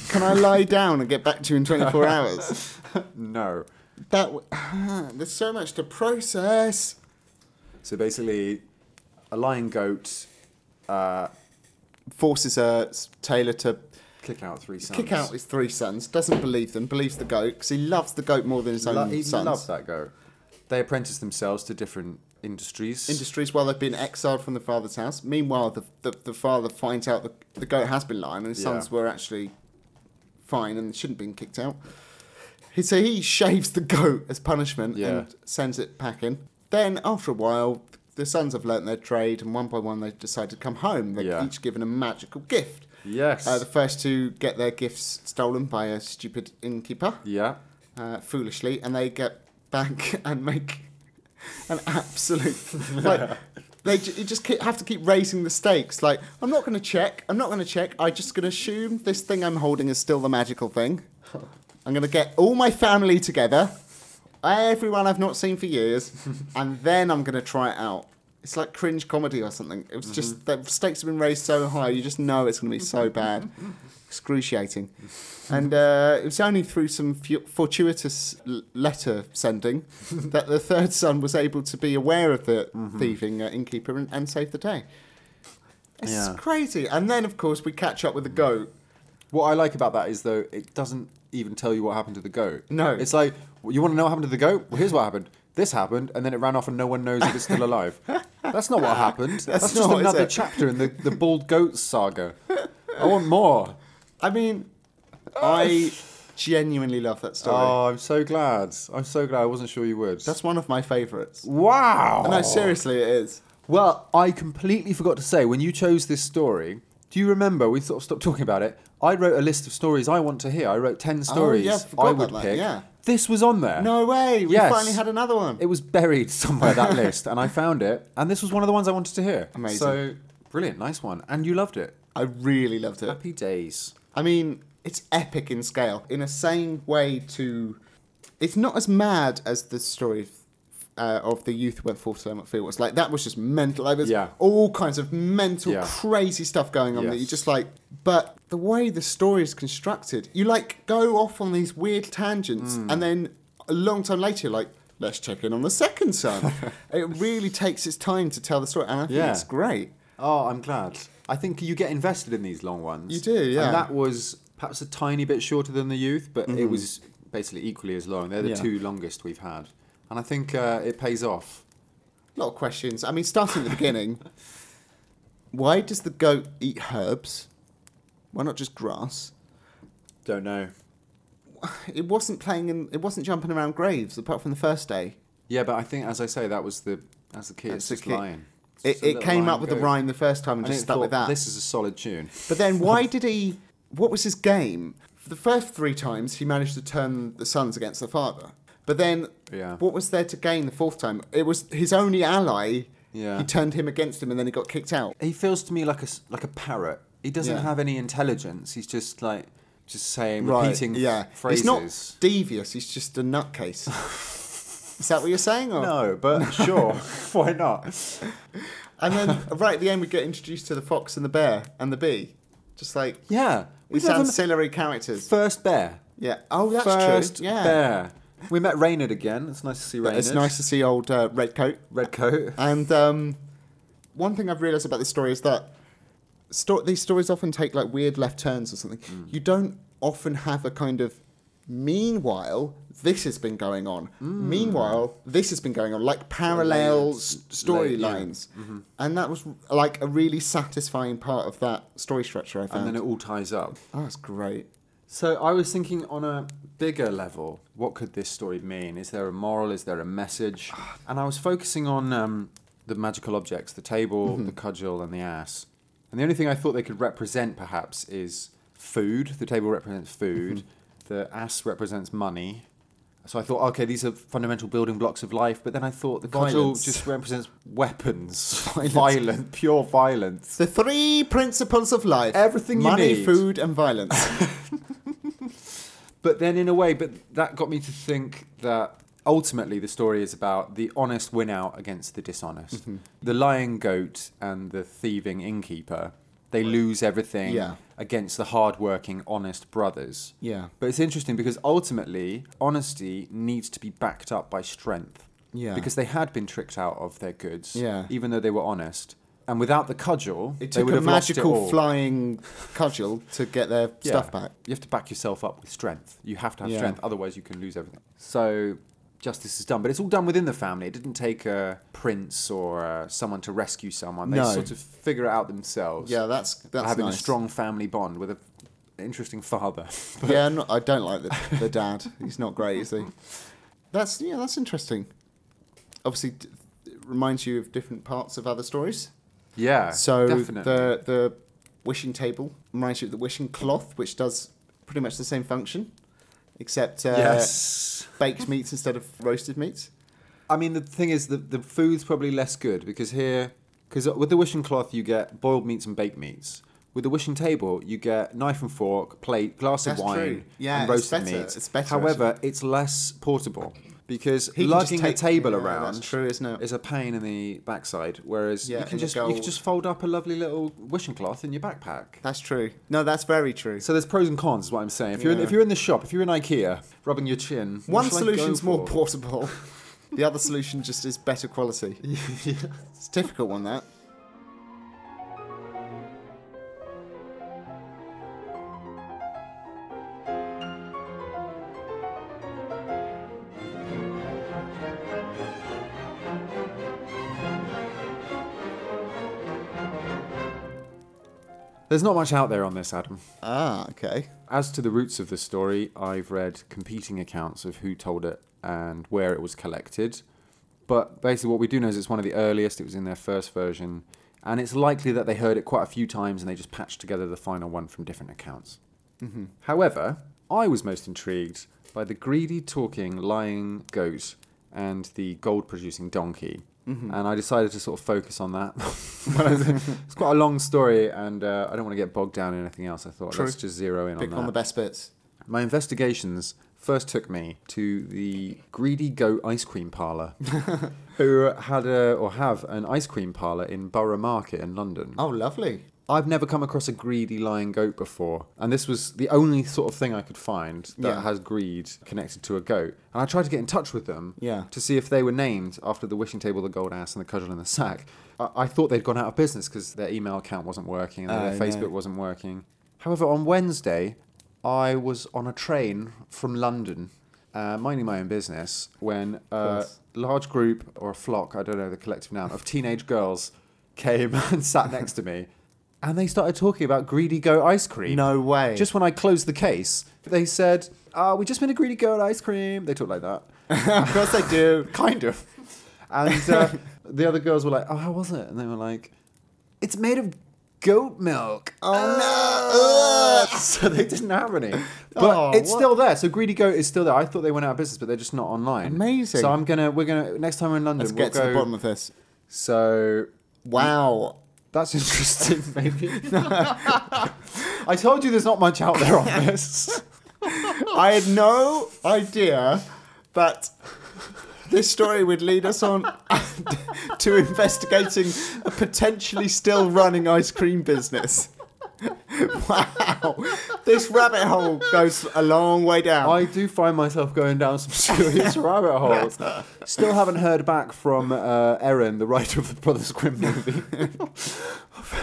Speaker 2: can
Speaker 1: <laughs>
Speaker 2: I lie down and get back to you in 24 hours?
Speaker 1: no.
Speaker 2: That w- <sighs> there's so much to process.
Speaker 1: So basically, a lion goat uh,
Speaker 2: Forces her s- Taylor to
Speaker 1: kick out three sons.
Speaker 2: kick out his three sons. Doesn't believe them. Believes the goat because he loves the goat more than his own
Speaker 1: Lo- he
Speaker 2: sons.
Speaker 1: loved that goat. They apprentice themselves to different industries.
Speaker 2: Industries while they've been exiled from the father's house. Meanwhile, the the, the father finds out the, the goat has been lying and his
Speaker 1: Yeah.
Speaker 2: sons were actually fine and shouldn't have been kicked out. He, so he shaves the goat as punishment
Speaker 1: Yeah.
Speaker 2: and sends it packing. Then, after a while, the sons have learnt their trade and one by one they decide to come home. They're
Speaker 1: Yeah.
Speaker 2: each given a magical gift.
Speaker 1: yes.
Speaker 2: Uh, the first two get their gifts stolen by a stupid innkeeper
Speaker 1: yeah.
Speaker 2: uh, foolishly, and they get back <laughs> and make an absolute <laughs> like they ju- you just keep, have to keep raising the stakes. Like I'm not going to check. I'm not going to check. I'm just going to assume this thing I'm holding is still the magical thing. I'm going to get all my family together, everyone I've not seen for years, and then I'm going to try it out. It's like cringe comedy or something. It was just the stakes have been raised so high, you just know it's going to be so bad, excruciating. And uh, it was only through some fu- fortuitous l- letter sending that the third son was able to be aware of the thieving uh, innkeeper and, and save the day. It's
Speaker 1: Yeah.
Speaker 2: crazy. And then, of course, we catch up with the goat.
Speaker 1: What I like about that is though it doesn't even tell you what happened to the goat.
Speaker 2: No.
Speaker 1: it's like you want to know what happened to the goat. Well, here's what happened. This happened, and then it ran off, and no one knows if it's still
Speaker 2: <laughs>
Speaker 1: alive. That's not what happened. That's, just
Speaker 2: not, is
Speaker 1: another
Speaker 2: it?
Speaker 1: chapter in the, the bald goat saga. I want
Speaker 2: <laughs>
Speaker 1: more.
Speaker 2: I mean, I genuinely love that story.
Speaker 1: Oh, I'm so glad. I'm so glad. I wasn't sure you would.
Speaker 2: That's one of my favourites.
Speaker 1: wow.
Speaker 2: No, seriously, it is.
Speaker 1: Well, I completely forgot to say when you chose this story. Do you remember we sort of stopped talking about it? I wrote a list of stories I want to hear. I wrote ten stories
Speaker 2: Oh, yeah, I forgot
Speaker 1: I
Speaker 2: about
Speaker 1: would
Speaker 2: that,
Speaker 1: pick.
Speaker 2: yeah.
Speaker 1: This was on there.
Speaker 2: No way. We
Speaker 1: Yes.
Speaker 2: finally had another one.
Speaker 1: It was buried somewhere
Speaker 2: <laughs>
Speaker 1: that list, and I found it. And this was one of the ones I wanted to hear.
Speaker 2: Amazing.
Speaker 1: So brilliant, nice one. And you loved it.
Speaker 2: I really loved it.
Speaker 1: Happy days.
Speaker 2: I mean, it's epic in scale. In a same way to, it's not as mad as the story of, uh, of the youth who went forth to their field was. Like that was just mental. Like, there's
Speaker 1: Yeah.
Speaker 2: all kinds of mental,
Speaker 1: Yeah.
Speaker 2: crazy stuff going on that
Speaker 1: Yes.
Speaker 2: you just like. But the way the story is constructed, you like go off on these weird tangents,
Speaker 1: Hmm.
Speaker 2: and then a long time later, you're like. Let's check in on the second
Speaker 1: <laughs>
Speaker 2: son. it really takes its time to tell the story, and I think
Speaker 1: Yeah.
Speaker 2: it's great.
Speaker 1: Oh, I'm glad. I think you get invested in these long ones.
Speaker 2: You do, yeah.
Speaker 1: And that was perhaps a tiny bit shorter than the youth, but it was basically equally as long. They're the
Speaker 2: Mm-hmm. Yeah.
Speaker 1: two longest we've had, and I think uh, it pays off.
Speaker 2: A lot of questions. I mean, starting at
Speaker 1: <laughs>
Speaker 2: the beginning, why does the goat eat herbs? Why not just grass?
Speaker 1: Don't know.
Speaker 2: It wasn't playing in. It wasn't jumping around graves, apart from the first day.
Speaker 1: Yeah, but I think as I say, that was the as the key. it's
Speaker 2: That's the
Speaker 1: just
Speaker 2: key.
Speaker 1: lion. It's
Speaker 2: It,
Speaker 1: just a
Speaker 2: it
Speaker 1: little
Speaker 2: came
Speaker 1: lion
Speaker 2: up with a
Speaker 1: goat.
Speaker 2: rhyme the first time and,
Speaker 1: And
Speaker 2: just
Speaker 1: it
Speaker 2: stuck with
Speaker 1: thought,
Speaker 2: that.
Speaker 1: This is a solid tune.
Speaker 2: But
Speaker 1: <laughs>
Speaker 2: then why did he? What was his game? The first three times he managed to turn the sons against the father, But then,
Speaker 1: Yeah.
Speaker 2: what was there to gain the fourth time? It was his only ally.
Speaker 1: Yeah.
Speaker 2: He turned him against him, and then he got kicked out.
Speaker 1: He feels to me like a s- like a parrot. He doesn't
Speaker 2: Yeah.
Speaker 1: have any intelligence. He's just like just saying
Speaker 2: Right,
Speaker 1: repeating
Speaker 2: yeah.
Speaker 1: phrases.
Speaker 2: He's not devious. He's just a
Speaker 1: <laughs>
Speaker 2: nutcase. Is that what you're saying? Or?
Speaker 1: no,
Speaker 2: <laughs>
Speaker 1: but sure, <laughs> why not?
Speaker 2: And then right at the end, we get introduced to the fox and the bear and the bee. Just like
Speaker 1: Yeah,
Speaker 2: these
Speaker 1: never met-
Speaker 2: ancillary characters.
Speaker 1: first bear.
Speaker 2: yeah. Oh, that's
Speaker 1: first
Speaker 2: true. Yeah.
Speaker 1: bear. We met Reynard again. It's nice to see Reynard.
Speaker 2: It's nice to see old uh, red coat.
Speaker 1: Red coat.
Speaker 2: And um, one thing I've realised about this story is that sto- these stories often take like weird left turns or something.
Speaker 1: Hmm.
Speaker 2: You don't often have a kind of meanwhile this has been going on.
Speaker 1: Hmm.
Speaker 2: Meanwhile this has been going on, like parallel s-
Speaker 1: Lay- yeah. Mm-hmm.
Speaker 2: storylines. And that was like a really satisfying part of that story structure. I
Speaker 1: And
Speaker 2: found.
Speaker 1: then it all ties up.
Speaker 2: oh, that's great.
Speaker 1: So I was thinking on a bigger level, what could this story mean? Is there a moral? Is there a
Speaker 2: <sighs>
Speaker 1: message? And I was focusing on um, the magical objects, the table,
Speaker 2: Mm-hmm.
Speaker 1: the cudgel, and the ass. And the only thing I thought they could represent, perhaps, is food. The table represents food.
Speaker 2: Mm-hmm.
Speaker 1: The ass represents money. So I thought, okay, these are fundamental building blocks of life. But then I thought the cudgel
Speaker 2: Violence.
Speaker 1: just represents weapons,
Speaker 2: <laughs> Violence.
Speaker 1: violent, pure violence.
Speaker 2: The three principles of life:
Speaker 1: Everything you
Speaker 2: money,
Speaker 1: need.
Speaker 2: food, and violence.
Speaker 1: <laughs> But then, in a way, but that got me to think that ultimately the story is about the honest win out against the dishonest.
Speaker 2: Mm-hmm.
Speaker 1: The lying goat and the thieving innkeeper, they lose everything
Speaker 2: Yeah.
Speaker 1: against the hardworking, honest brothers.
Speaker 2: yeah.
Speaker 1: But it's interesting because ultimately, honesty needs to be backed up by strength.
Speaker 2: Yeah.
Speaker 1: Because they had been tricked out of their goods,
Speaker 2: Yeah.
Speaker 1: even though they were honest. And without the cudgel,
Speaker 2: It
Speaker 1: they
Speaker 2: took
Speaker 1: would
Speaker 2: a
Speaker 1: have lost it
Speaker 2: magical
Speaker 1: all.
Speaker 2: flying cudgel to get their
Speaker 1: Yeah.
Speaker 2: stuff back.
Speaker 1: You have to back yourself up with strength. You have to have
Speaker 2: Yeah.
Speaker 1: strength, otherwise you can lose everything. So justice is done, but it's all done within the family. It didn't take a prince or uh, someone to rescue someone. They
Speaker 2: No.
Speaker 1: sort of figure it out themselves.
Speaker 2: Yeah, that's that's
Speaker 1: having
Speaker 2: nice.
Speaker 1: a strong family bond with a, an interesting father. <laughs>
Speaker 2: Yeah, no, I don't like the, the dad. He's not great, is he? That's yeah, that's interesting. Obviously, d- it reminds you of different parts of other stories.
Speaker 1: yeah,
Speaker 2: So
Speaker 1: Uh, definitely.
Speaker 2: the the wishing table reminds you of the wishing cloth, which does pretty much the same function, except uh,
Speaker 1: yes.
Speaker 2: baked meats instead of roasted meats.
Speaker 1: I mean, the thing is, the, the food's probably less good because here, because with the wishing cloth, you get boiled meats and baked meats. With the wishing table, you get knife and fork, plate, glass
Speaker 2: That's
Speaker 1: of wine,
Speaker 2: true. Yeah,
Speaker 1: and
Speaker 2: it's
Speaker 1: roasted
Speaker 2: better.
Speaker 1: meats.
Speaker 2: It's better,
Speaker 1: However, it's less portable because
Speaker 2: He can just
Speaker 1: lugging
Speaker 2: take-
Speaker 1: a table
Speaker 2: yeah,
Speaker 1: around
Speaker 2: That's true, isn't it?
Speaker 1: is a pain in the backside. Whereas
Speaker 2: Yeah,
Speaker 1: you can
Speaker 2: and you
Speaker 1: just
Speaker 2: go-
Speaker 1: you can just fold up a lovely little wishing cloth in your backpack.
Speaker 2: That's true. No, that's very true.
Speaker 1: So there's pros and cons, is what I'm saying. If you're in,
Speaker 2: Yeah.
Speaker 1: if you're in the shop, if you're in IKEA, rubbing your chin, what
Speaker 2: One
Speaker 1: shall I go
Speaker 2: solution's more
Speaker 1: for? <laughs>
Speaker 2: portable. the other solution just is better quality. It's a difficult one that.
Speaker 1: There's not much out there on this, Adam.
Speaker 2: Ah, okay.
Speaker 1: As to the roots of the story, I've read competing accounts of who told it and where it was collected. But basically, what we do know is it's one of the earliest, it was in their first version, and it's likely that they heard it quite a few times and they just patched together the final one from different accounts.
Speaker 2: Mm-hmm.
Speaker 1: However, I was most intrigued by the greedy, talking, lying goat and the gold producing donkey.
Speaker 2: Mm-hmm.
Speaker 1: And I decided to sort of focus on that. <laughs> When I was- it's quite a long story, and uh, I don't want to get bogged down in anything else. I thought
Speaker 2: True.
Speaker 1: let's just zero in on
Speaker 2: Pick
Speaker 1: that.
Speaker 2: on the best bits.
Speaker 1: My investigations first took me to the Greedy Goat ice cream parlour, who had a, or have an ice cream parlour in Borough Market in London.
Speaker 2: Oh, lovely.
Speaker 1: I've never come across a greedy lying goat before, and this was the only sort of thing I could find that
Speaker 2: Yeah.
Speaker 1: has greed connected to a goat. And I tried to get in touch with them
Speaker 2: Yeah.
Speaker 1: to see if they were named after the wishing table, the gold ass, and the cudgel and the sack. I, I thought they'd gone out of business because their email account wasn't working and
Speaker 2: Oh,
Speaker 1: their
Speaker 2: no.
Speaker 1: Facebook wasn't working. However, on Wednesday, I was on a train from London, uh, minding my own business, when a
Speaker 2: course.
Speaker 1: large group or a flock, I don't know the collective noun, of teenage girls came <laughs> and sat next to me. And they started talking about greedy goat ice cream.
Speaker 2: No way.
Speaker 1: Just when I closed the case, they said, uh, We just made a greedy goat ice cream. They talked like that
Speaker 2: <laughs> <laughs> of course they
Speaker 1: <laughs>
Speaker 2: do.
Speaker 1: kind of. And uh, the other girls were like, "Oh, how was it?" And they were like, "It's made of goat milk. Oh no! <laughs> So they didn't have any, but
Speaker 2: Oh,
Speaker 1: it's
Speaker 2: what-
Speaker 1: still there. So Greedy Goat is still there. I thought they went out of business, but they're just not online.
Speaker 2: Amazing.
Speaker 1: So I'm gonna we're gonna next time we're in London.
Speaker 2: Let's
Speaker 1: we'll
Speaker 2: get to
Speaker 1: go-
Speaker 2: the bottom of this.
Speaker 1: So
Speaker 2: Wow.
Speaker 1: that's <laughs> interesting. Maybe. <laughs> I told you there's not much out there on
Speaker 2: <laughs>
Speaker 1: this.
Speaker 2: I had no idea that this story would lead us on to investigating a potentially still running ice cream business. Wow. This rabbit hole goes a long way down.
Speaker 1: I do find myself going down some
Speaker 2: <laughs>
Speaker 1: serious rabbit holes. Still haven't heard back from uh, Erin, the writer of the Brothers Grimm movie. <laughs>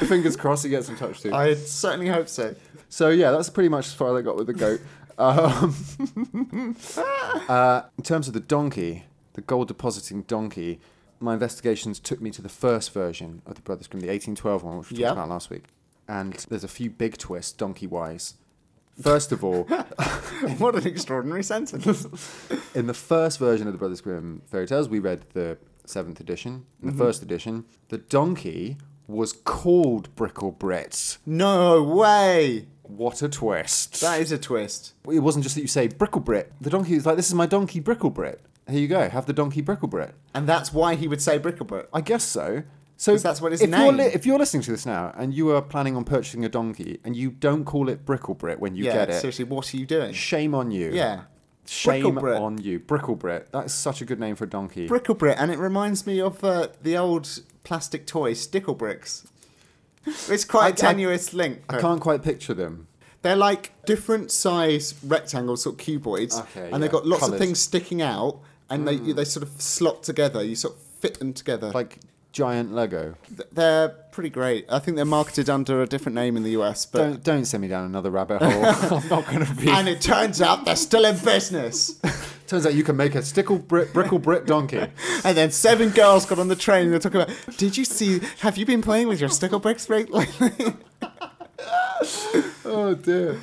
Speaker 1: Fingers crossed he gets in touch too.
Speaker 2: I certainly hope so.
Speaker 1: So yeah, that's pretty much as far as I got with the goat. Um, <laughs> uh, in terms of the donkey, the gold depositing donkey, my investigations took me to the first version of the Brothers Grimm, the 1812 one, which we
Speaker 2: Yeah.
Speaker 1: talked about last week. And there's a few big twists, donkey wise. First of <laughs> all,
Speaker 2: What an extraordinary sentence.
Speaker 1: in the first version of the Brothers Grimm fairy tales, we read the seventh edition. In
Speaker 2: Mm-hmm.
Speaker 1: the first edition, the donkey was called Brickle Brit.
Speaker 2: No way.
Speaker 1: What a twist!
Speaker 2: That is a twist.
Speaker 1: it wasn't just that you say Bricklebrit. The donkey was like, this is my donkey Bricklebrit. Here you go, have the donkey Bricklebrit.
Speaker 2: And that's why he would say bric-a-brac.
Speaker 1: I guess so. So
Speaker 2: 'Cause that's what his
Speaker 1: if You're
Speaker 2: name-
Speaker 1: if you're listening to this now and you are planning on purchasing a donkey and you don't call it Bricklebrit when you
Speaker 2: yeah,
Speaker 1: get it,
Speaker 2: seriously, what are you doing?
Speaker 1: shame on you.
Speaker 2: Yeah.
Speaker 1: Shame
Speaker 2: Bricklebrit.
Speaker 1: on you. Bricklebrit. That's such a good name for a donkey.
Speaker 2: Bricklebrick, and it reminds me of uh, the old plastic toy
Speaker 1: <laughs>
Speaker 2: Sticklebricks. It's quite
Speaker 1: I-
Speaker 2: a tenuous link.
Speaker 1: I can't quite picture them.
Speaker 2: They're like different size rectangles, sort of cuboids,
Speaker 1: Okay,
Speaker 2: and they've
Speaker 1: yeah.
Speaker 2: got lots
Speaker 1: Colours. Hmm.
Speaker 2: of things sticking out, and they they sort of slot together. You sort of fit them together.
Speaker 1: <laughs> Like giant Lego.
Speaker 2: Th- they're pretty great. I think they're marketed under a different name in the US, but
Speaker 1: don't don't send me down another rabbit hole. <laughs> I'm not going to be.
Speaker 2: and it turns out they're still in business.
Speaker 1: Turns out you can make a stickle Brit, Bricklebrit donkey.
Speaker 2: and then seven girls got on the train and they're talking about, did you see? Have you been playing with your Sticklebricks lately?
Speaker 1: <laughs> Oh dear.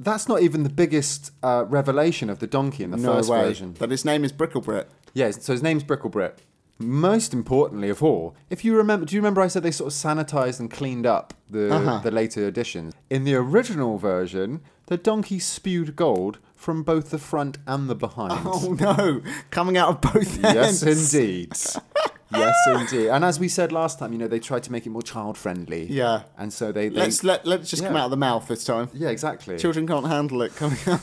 Speaker 1: That's not even the biggest uh, revelation of the donkey in the first version.
Speaker 2: But his name
Speaker 1: <laughs>
Speaker 2: is Bricklebrick.
Speaker 1: Yeah, so his name's Bricklebrit. Most importantly of all, if you remember, do you remember I said they sort of sanitized and cleaned up the
Speaker 2: Uh-huh.
Speaker 1: the later editions? In the original version, the donkey spewed gold from both the front and the <laughs> behind.
Speaker 2: Oh no, coming out of both
Speaker 1: Yes,
Speaker 2: ends. <laughs>
Speaker 1: indeed. yes, indeed. And as we said last time, you know, they tried to make it more child friendly.
Speaker 2: Yeah.
Speaker 1: And so they. they
Speaker 2: Let's let let's just come
Speaker 1: Yeah.
Speaker 2: out of the mouth this time.
Speaker 1: yeah, exactly.
Speaker 2: Children can't handle it coming out.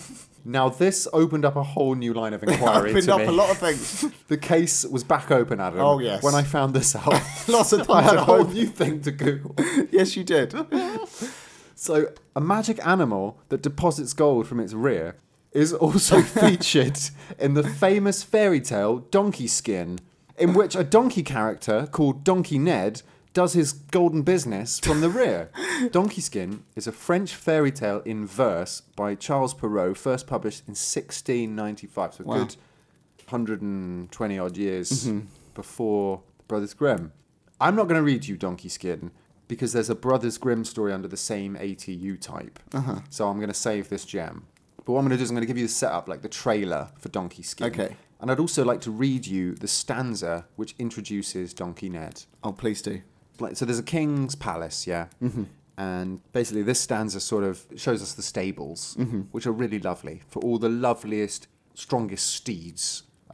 Speaker 1: Now, this opened up a whole new line
Speaker 2: <laughs>
Speaker 1: of inquiry.
Speaker 2: Opened
Speaker 1: to
Speaker 2: up
Speaker 1: me.
Speaker 2: a lot of
Speaker 1: <laughs>
Speaker 2: things.
Speaker 1: The case was back open, Adam.
Speaker 2: Oh, yes.
Speaker 1: When I found this out,
Speaker 2: <laughs> Lots of
Speaker 1: I
Speaker 2: things.
Speaker 1: had a
Speaker 2: to
Speaker 1: whole
Speaker 2: hope.
Speaker 1: new thing to Google.
Speaker 2: Yes, you did.
Speaker 1: So, a magic animal that deposits gold from its rear is also featured in the famous fairy tale Donkey Skin, in which a donkey character called Donkey Ned does his golden business from the rear. donkey Skin is a French fairy tale in verse by Charles Perrault, first published in 1695. So, a
Speaker 2: Wow.
Speaker 1: good 120 odd years before Brothers Grimm. I'm not going to read you Donkey Skin because there's a Brothers Grimm story under the same ATU type. So I'm going to save this gem. But what I'm going to do is I'm going to give you the setup, like the trailer for Donkey Skin.
Speaker 2: Okay.
Speaker 1: And I'd also like to read you the stanza which introduces Donkey Ned
Speaker 2: Oh, please do.
Speaker 1: like so there's a king's palace yeah and basically this stanza sort of shows us the stables which are really lovely for all the loveliest strongest steeds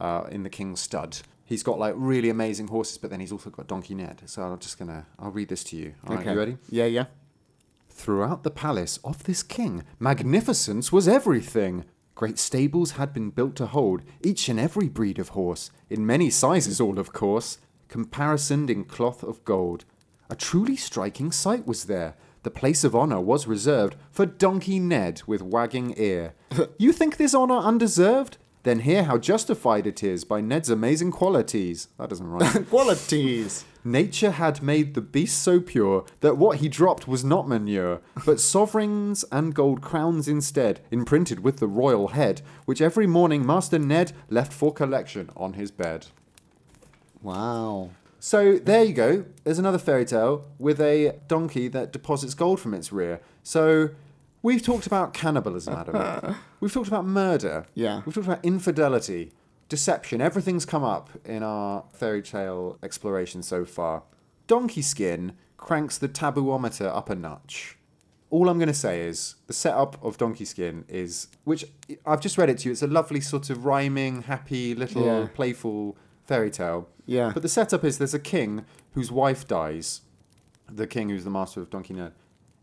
Speaker 1: uh, in the king's stud he's got like really amazing horses but then he's also got donkey ned so i'm just gonna i'll read this to you All right, you ready
Speaker 2: Yeah, yeah. <laughs>
Speaker 1: Throughout the palace of this king, magnificence was everything. Great stables had been built to hold each and every breed of horse, in many sizes, all of course, comparisoned in cloth of gold. A truly striking sight was there. The place of honour was reserved for Donkey Ned with wagging ear. you think this honour undeserved? Then hear how justified it is by Ned's amazing qualities. That doesn't rhyme.
Speaker 2: Qualities.
Speaker 1: Nature had made the beast so pure that what he dropped was not manure, but sovereigns and gold crowns instead, imprinted with the royal head, which every morning Master Ned left for collection on his bed.
Speaker 2: Wow.
Speaker 1: So there you go. There's another fairy tale with a donkey that deposits gold from its rear. So we've talked about cannibalism,
Speaker 2: <laughs>
Speaker 1: Adam. we've talked about murder.
Speaker 2: Yeah.
Speaker 1: We've talked about infidelity, deception. Everything's come up in our fairy tale exploration so far. donkey skin cranks the taboometer up a notch. All I'm going to say is the setup of Donkey Skin is, which I've just read it to you, it's a lovely sort of rhyming, happy, little,
Speaker 2: Yeah.
Speaker 1: playful fairy tale.
Speaker 2: Yeah.
Speaker 1: But the setup is there's a king whose wife dies, the king who's the master of Donkey Nerd,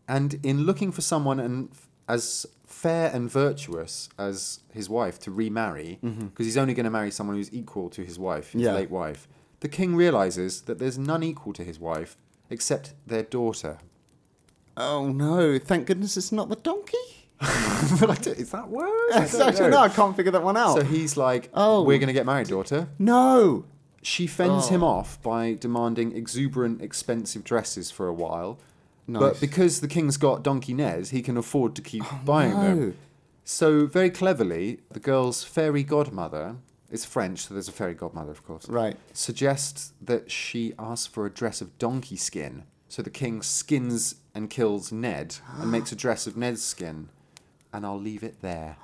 Speaker 1: and in looking for someone and f- as fair and virtuous as his wife to remarry, because he's only going to marry someone who's equal to his wife, his
Speaker 2: Yeah.
Speaker 1: late wife, the king realizes that there's none equal to his wife except their daughter.
Speaker 2: Oh no! Thank goodness it's not the donkey.
Speaker 1: <laughs> But I don't- is that <laughs> word? I don't
Speaker 2: <laughs> Actually,
Speaker 1: know.
Speaker 2: no, I can't figure that one out.
Speaker 1: So he's like,
Speaker 2: Oh.
Speaker 1: we're going to get married, daughter.
Speaker 2: no.
Speaker 1: She fends him
Speaker 2: Oh.
Speaker 1: off by demanding exuberant, expensive dresses for a while.
Speaker 2: Nice. Oh,
Speaker 1: But because the king's got Donkey Nez, he can afford to keep buying
Speaker 2: no.
Speaker 1: them. So, very cleverly, the girl's fairy godmother is French, so there's a fairy godmother, of course.
Speaker 2: Right.
Speaker 1: Suggests that she asks for a dress of donkey skin. So the king skins and kills Ned and
Speaker 2: <gasps>
Speaker 1: makes a dress of Ned's skin. And I'll leave it there.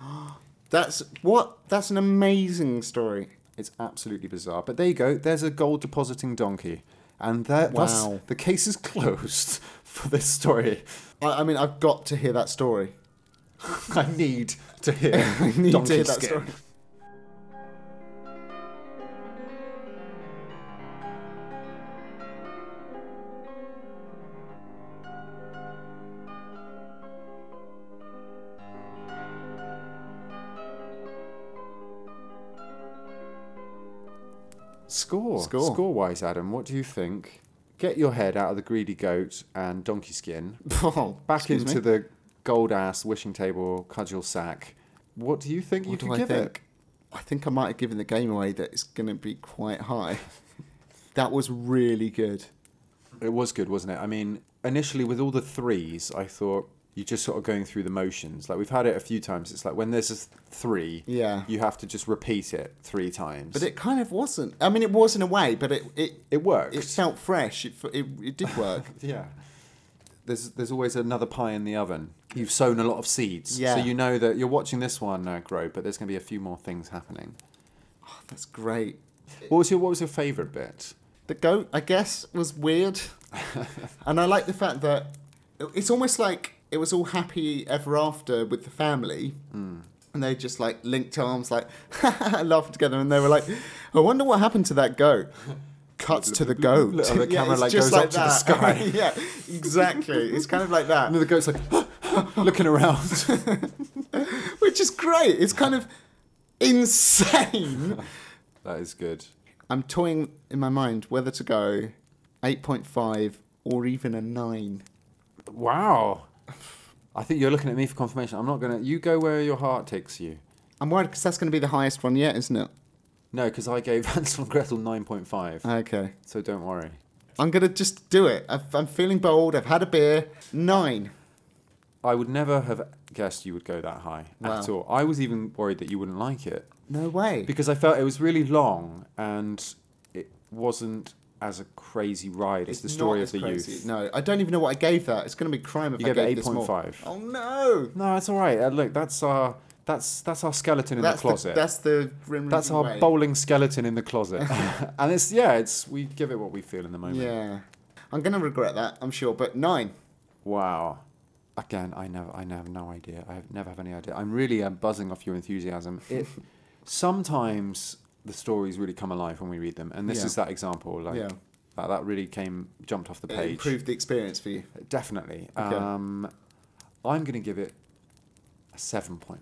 Speaker 2: That's what. That's an amazing story.
Speaker 1: It's absolutely bizarre. But there you go. There's a gold depositing donkey. And that, thus,
Speaker 2: Wow.
Speaker 1: the case is <laughs> closed for this story. <laughs>
Speaker 2: I, I mean, I've got to hear that story.
Speaker 1: I need to hear
Speaker 2: <laughs> I
Speaker 1: <laughs>
Speaker 2: need
Speaker 1: donkey
Speaker 2: to hear that
Speaker 1: skin.
Speaker 2: story.
Speaker 1: Score.
Speaker 2: Score.
Speaker 1: Score wise, Adam, what do you think? Get your head out of the greedy goat and donkey skin.
Speaker 2: Oh,
Speaker 1: Back
Speaker 2: excuse
Speaker 1: into
Speaker 2: me.
Speaker 1: the gold ass wishing table cudgel sack. What do you think you
Speaker 2: What
Speaker 1: could
Speaker 2: do I
Speaker 1: give
Speaker 2: think? I think I might have given the game away that it's going to be quite high. <laughs> that was really good.
Speaker 1: it? It was good, wasn't it? I mean, initially with all the threes, I thought you're just sort of going through the motions. Like we've had it a few times. It's like when there's a three,
Speaker 2: Yeah.
Speaker 1: you have to just repeat it three times.
Speaker 2: But it kind of wasn't. I mean, it was in a way, but it it
Speaker 1: it works.
Speaker 2: it felt fresh. It f- it, it did
Speaker 1: <laughs>
Speaker 2: work.
Speaker 1: Yeah. There's there's always another pie in the oven. You've sown a lot of seeds,
Speaker 2: Yeah.
Speaker 1: so you know that you're watching this one uh, grow, but there's going to be a few more things happening.
Speaker 2: oh, that's great.
Speaker 1: What was your What was your favourite bit?
Speaker 2: The goat, I guess,
Speaker 1: <laughs>
Speaker 2: was weird, and I like the fact that it- it's almost like it was all happy ever after with the family,
Speaker 1: Hmm.
Speaker 2: and they just like linked arms, like <laughs> laughing together, and they were like, "I wonder what happened to that goat." Cuts to the goat.
Speaker 1: Look,
Speaker 2: <laughs>
Speaker 1: the camera,
Speaker 2: it's
Speaker 1: like,
Speaker 2: just
Speaker 1: goes up to the
Speaker 2: that.
Speaker 1: sky.
Speaker 2: <laughs> yeah, exactly. It's kind of like
Speaker 1: <laughs>
Speaker 2: that.
Speaker 1: And the goat's like looking around.
Speaker 2: which is great. It's kind of insane.
Speaker 1: <laughs>
Speaker 2: <laughs>
Speaker 1: that is good.
Speaker 2: I'm toying in my mind whether to go 8.5 or even a 9.
Speaker 1: Wow. I think you're looking at me for confirmation. I'm not gonna. You go where your heart takes you.
Speaker 2: I'm worried because that's going to be the highest one yet, isn't it?
Speaker 1: No, because I gave <laughs> Hansel and Gretel 9.5,
Speaker 2: Okay.
Speaker 1: so don't worry.
Speaker 2: I'm going to just do it. I've, I'm feeling bold. I've had a beer. 9.
Speaker 1: I would never have guessed you would go that high
Speaker 2: Wow.
Speaker 1: at all. I was even worried that you wouldn't like it.
Speaker 2: No way.
Speaker 1: because I felt it was really long and it wasn't as a crazy ride as the story of
Speaker 2: not as
Speaker 1: the
Speaker 2: crazy.
Speaker 1: youth.
Speaker 2: No, I don't even know what I gave that. It's going to be crime if
Speaker 1: You
Speaker 2: I
Speaker 1: gave it
Speaker 2: this more.
Speaker 1: 8.5.
Speaker 2: Oh no.
Speaker 1: No, it's all right. Uh, look, that's our that's that's our skeleton in
Speaker 2: That's
Speaker 1: the closet. that's
Speaker 2: that's the grim reaper
Speaker 1: our
Speaker 2: way.
Speaker 1: bowling skeleton in the
Speaker 2: <laughs>
Speaker 1: closet. and it's yeah, it's we give it what we feel in the moment.
Speaker 2: Yeah. I'm going to regret that, I'm sure, but 9.
Speaker 1: Wow. Again, I never, I have no idea. I have, never have any idea. I'm really um, buzzing off your
Speaker 2: <laughs>
Speaker 1: enthusiasm. It sometimes the stories really come alive when we read them, and this
Speaker 2: Yeah.
Speaker 1: is that example. Like
Speaker 2: Yeah.
Speaker 1: that, that really came jumped off the
Speaker 2: It
Speaker 1: page.
Speaker 2: improved the experience for you.
Speaker 1: Definitely.
Speaker 2: Okay.
Speaker 1: Um, I'm going to give it a 7.5.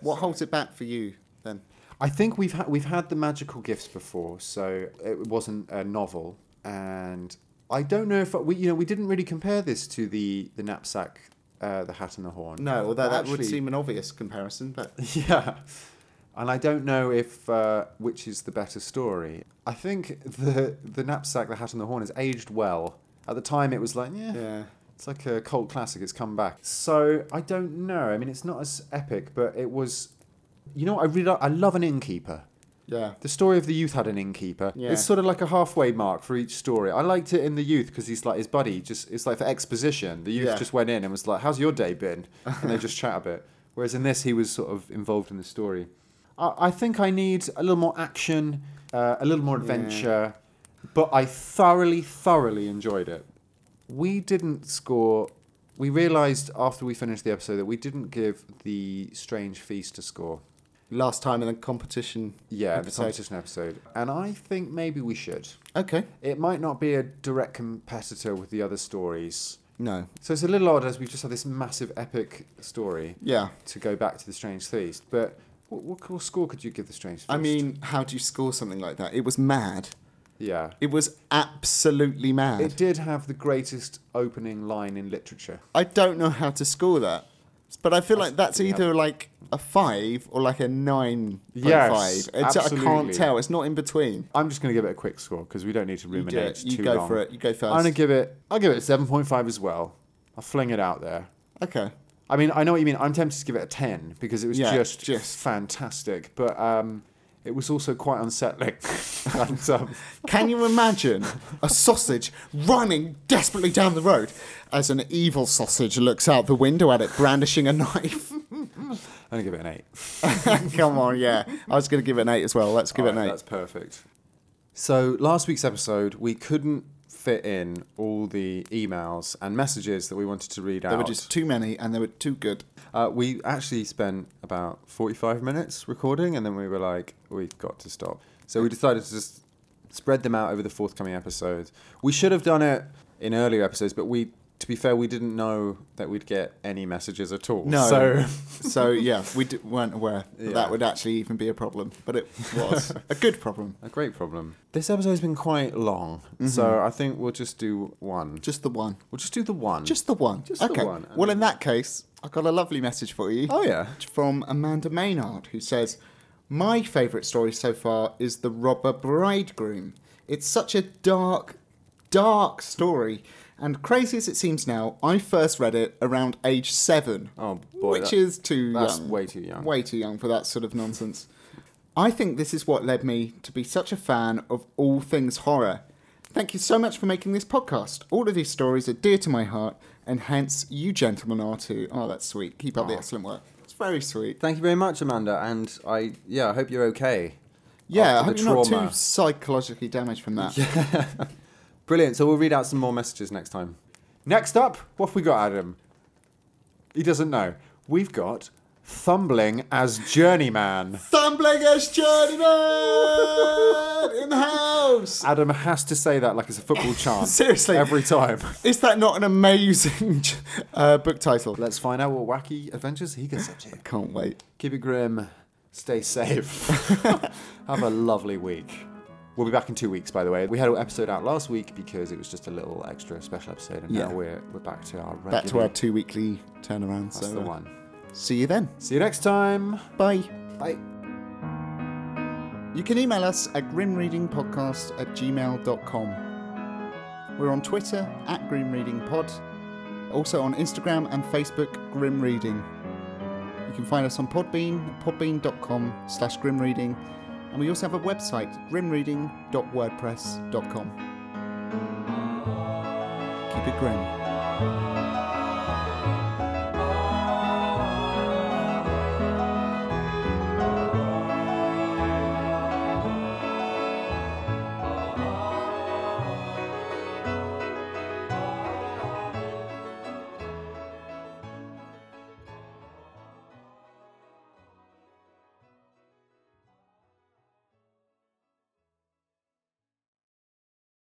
Speaker 2: What holds it back for you then?
Speaker 1: I think we've had we've had the magical gifts before, so it wasn't a novel, and I don't know if we you know we didn't really compare this to the the knapsack, uh, the hat and the horn.
Speaker 2: No, although that would
Speaker 1: Actually-
Speaker 2: seem an obvious comparison, but
Speaker 1: <laughs> Yeah. And I don't know if uh, which is the better story. I think the the knapsack, the hat, and the horn has aged well. At the time, it was like, yeah,
Speaker 2: yeah.
Speaker 1: It's like a cult classic. It's come back. So I don't know. I mean, it's not as epic, but it was. You know, what I really I love an innkeeper.
Speaker 2: Yeah.
Speaker 1: The story of the youth had an innkeeper.
Speaker 2: Yeah.
Speaker 1: It's sort of like a halfway mark for each story. I liked it in the youth because he's like his buddy. Just it's like for exposition. The youth
Speaker 2: Yeah.
Speaker 1: just went in and was like, "How's your day been?" And they just chat a bit. Whereas in this, he was sort of involved in the story. I, I think I need a little more action, uh, a little more adventure. but I thoroughly, thoroughly enjoyed it. We didn't score. We realised after we finished the episode that we didn't give the Strange Feast a score.
Speaker 2: Last time in the competition.
Speaker 1: Yeah, the
Speaker 2: episode.
Speaker 1: competition episode. And I think maybe we should.
Speaker 2: Okay.
Speaker 1: It might not be a direct competitor with the other stories.
Speaker 2: No.
Speaker 1: So it's a little odd as we've just had this massive epic story
Speaker 2: Yeah.
Speaker 1: to go back to the Strange Feast. But what, what kind of score could you give the Strange Feast?
Speaker 2: I mean, how do you score something like that? It was mad.
Speaker 1: yeah.
Speaker 2: It was absolutely mad.
Speaker 1: It did have the greatest opening line in literature.
Speaker 2: I don't know how to score that, but I feel
Speaker 1: That's
Speaker 2: like that's
Speaker 1: pretty
Speaker 2: either like a five or like a nine point
Speaker 1: Yes,
Speaker 2: five. It's, I
Speaker 1: absolutely.
Speaker 2: can't tell. It's not in between.
Speaker 1: I'm just going to give it a quick score because we don't need to
Speaker 2: You,
Speaker 1: ruminate
Speaker 2: do it. you
Speaker 1: too
Speaker 2: go
Speaker 1: long.
Speaker 2: for it. You go 1st
Speaker 1: I'm going to give it. I'll give it a 7.5 as well. I'll fling it out there.
Speaker 2: Okay.
Speaker 1: I mean, I know what you mean. I'm tempted to give it a 10 because it was
Speaker 2: Yeah,
Speaker 1: just,
Speaker 2: just.
Speaker 1: fantastic, but um, it was also quite unsettling. <laughs> and, um,
Speaker 2: Can you imagine a sausage running desperately down the road as an evil sausage looks out the window at it brandishing a knife? <laughs>
Speaker 1: I'm going to give it an 8.
Speaker 2: Come on, yeah. I was going to give it an eight as well. Let's give it
Speaker 1: Alright,
Speaker 2: an eight.
Speaker 1: That's perfect. So last week's episode, we couldn't fit in all the emails and messages that we wanted to read
Speaker 2: There were
Speaker 1: out.
Speaker 2: just too many and they were too good.
Speaker 1: Uh, we actually spent about 45 minutes recording and then we were like, we've got to stop. So we decided to just spread them out over the forthcoming episodes. We should have done it in earlier episodes, but we, to be fair, we didn't know that we'd get any messages at all.
Speaker 2: No.
Speaker 1: <laughs> So
Speaker 2: so yeah, we d- weren't aware that,
Speaker 1: Yeah.
Speaker 2: that would actually even be a problem, but it
Speaker 1: <laughs>
Speaker 2: was a good problem.
Speaker 1: a great problem. This episode's been quite long,
Speaker 2: Mm-hmm.
Speaker 1: so I think we'll just do one.
Speaker 2: Just the one.
Speaker 1: We'll just do the one.
Speaker 2: Just the one.
Speaker 1: Just the
Speaker 2: okay.
Speaker 1: one, and
Speaker 2: Well,
Speaker 1: then-
Speaker 2: in that case, I got a lovely message for you.
Speaker 1: Oh, yeah.
Speaker 2: From Amanda Maynard, who says, "My favourite story so far is the robber bridegroom. It's such a dark, dark story." And crazy as it seems now, I first read it around age seven.
Speaker 1: Oh, boy,
Speaker 2: which
Speaker 1: that-
Speaker 2: is too
Speaker 1: that's
Speaker 2: young.
Speaker 1: way too young.
Speaker 2: Way too young for that sort of nonsense. I think this is what led me to be such a fan of all things horror. Thank you so much for making this podcast. All of these stories are dear to my heart, and hence you gentlemen are too. Oh, that's sweet. Keep up the
Speaker 1: Aw.
Speaker 2: excellent work. It's very sweet.
Speaker 1: Thank you very much, Amanda. And I, yeah, I hope you're okay.
Speaker 2: Yeah, I
Speaker 1: after
Speaker 2: hope
Speaker 1: the
Speaker 2: you're not
Speaker 1: trauma.
Speaker 2: too psychologically damaged from that.
Speaker 1: Brilliant. So we'll read out some more messages next time. Next up, what have we got, Adam? He doesn't know. We've got Thumbling as Journeyman.
Speaker 2: <laughs> Thumbling as journeyman in the house.
Speaker 1: Adam has to say that like it's a <laughs> football chant.
Speaker 2: Seriously.
Speaker 1: Every time.
Speaker 2: Is that not an amazing <laughs> uh, book title?
Speaker 1: Let's find out what wacky adventures he gets up to.
Speaker 2: Can't wait.
Speaker 1: Keep it grim. Stay <laughs> safe. Have a lovely week. We'll be back in two weeks, by the way. We had an episode out last week because it was just a little extra special episode, and now
Speaker 2: Yeah.
Speaker 1: we're, we're back to our regular.
Speaker 2: Back to our two weekly turnaround.
Speaker 1: That's
Speaker 2: so,
Speaker 1: the
Speaker 2: uh,
Speaker 1: one.
Speaker 2: See you then.
Speaker 1: See you next time.
Speaker 2: Bye.
Speaker 1: Bye.
Speaker 2: You can email us at grimreadingpodcast at gmail.com. We're on Twitter at grimreadingpod, also on Instagram and Facebook, Grim Reading. You can find us on Podbean, podbean.com slash grimreading, and we also have a website, grimreading.wordpress.com. Keep it grim.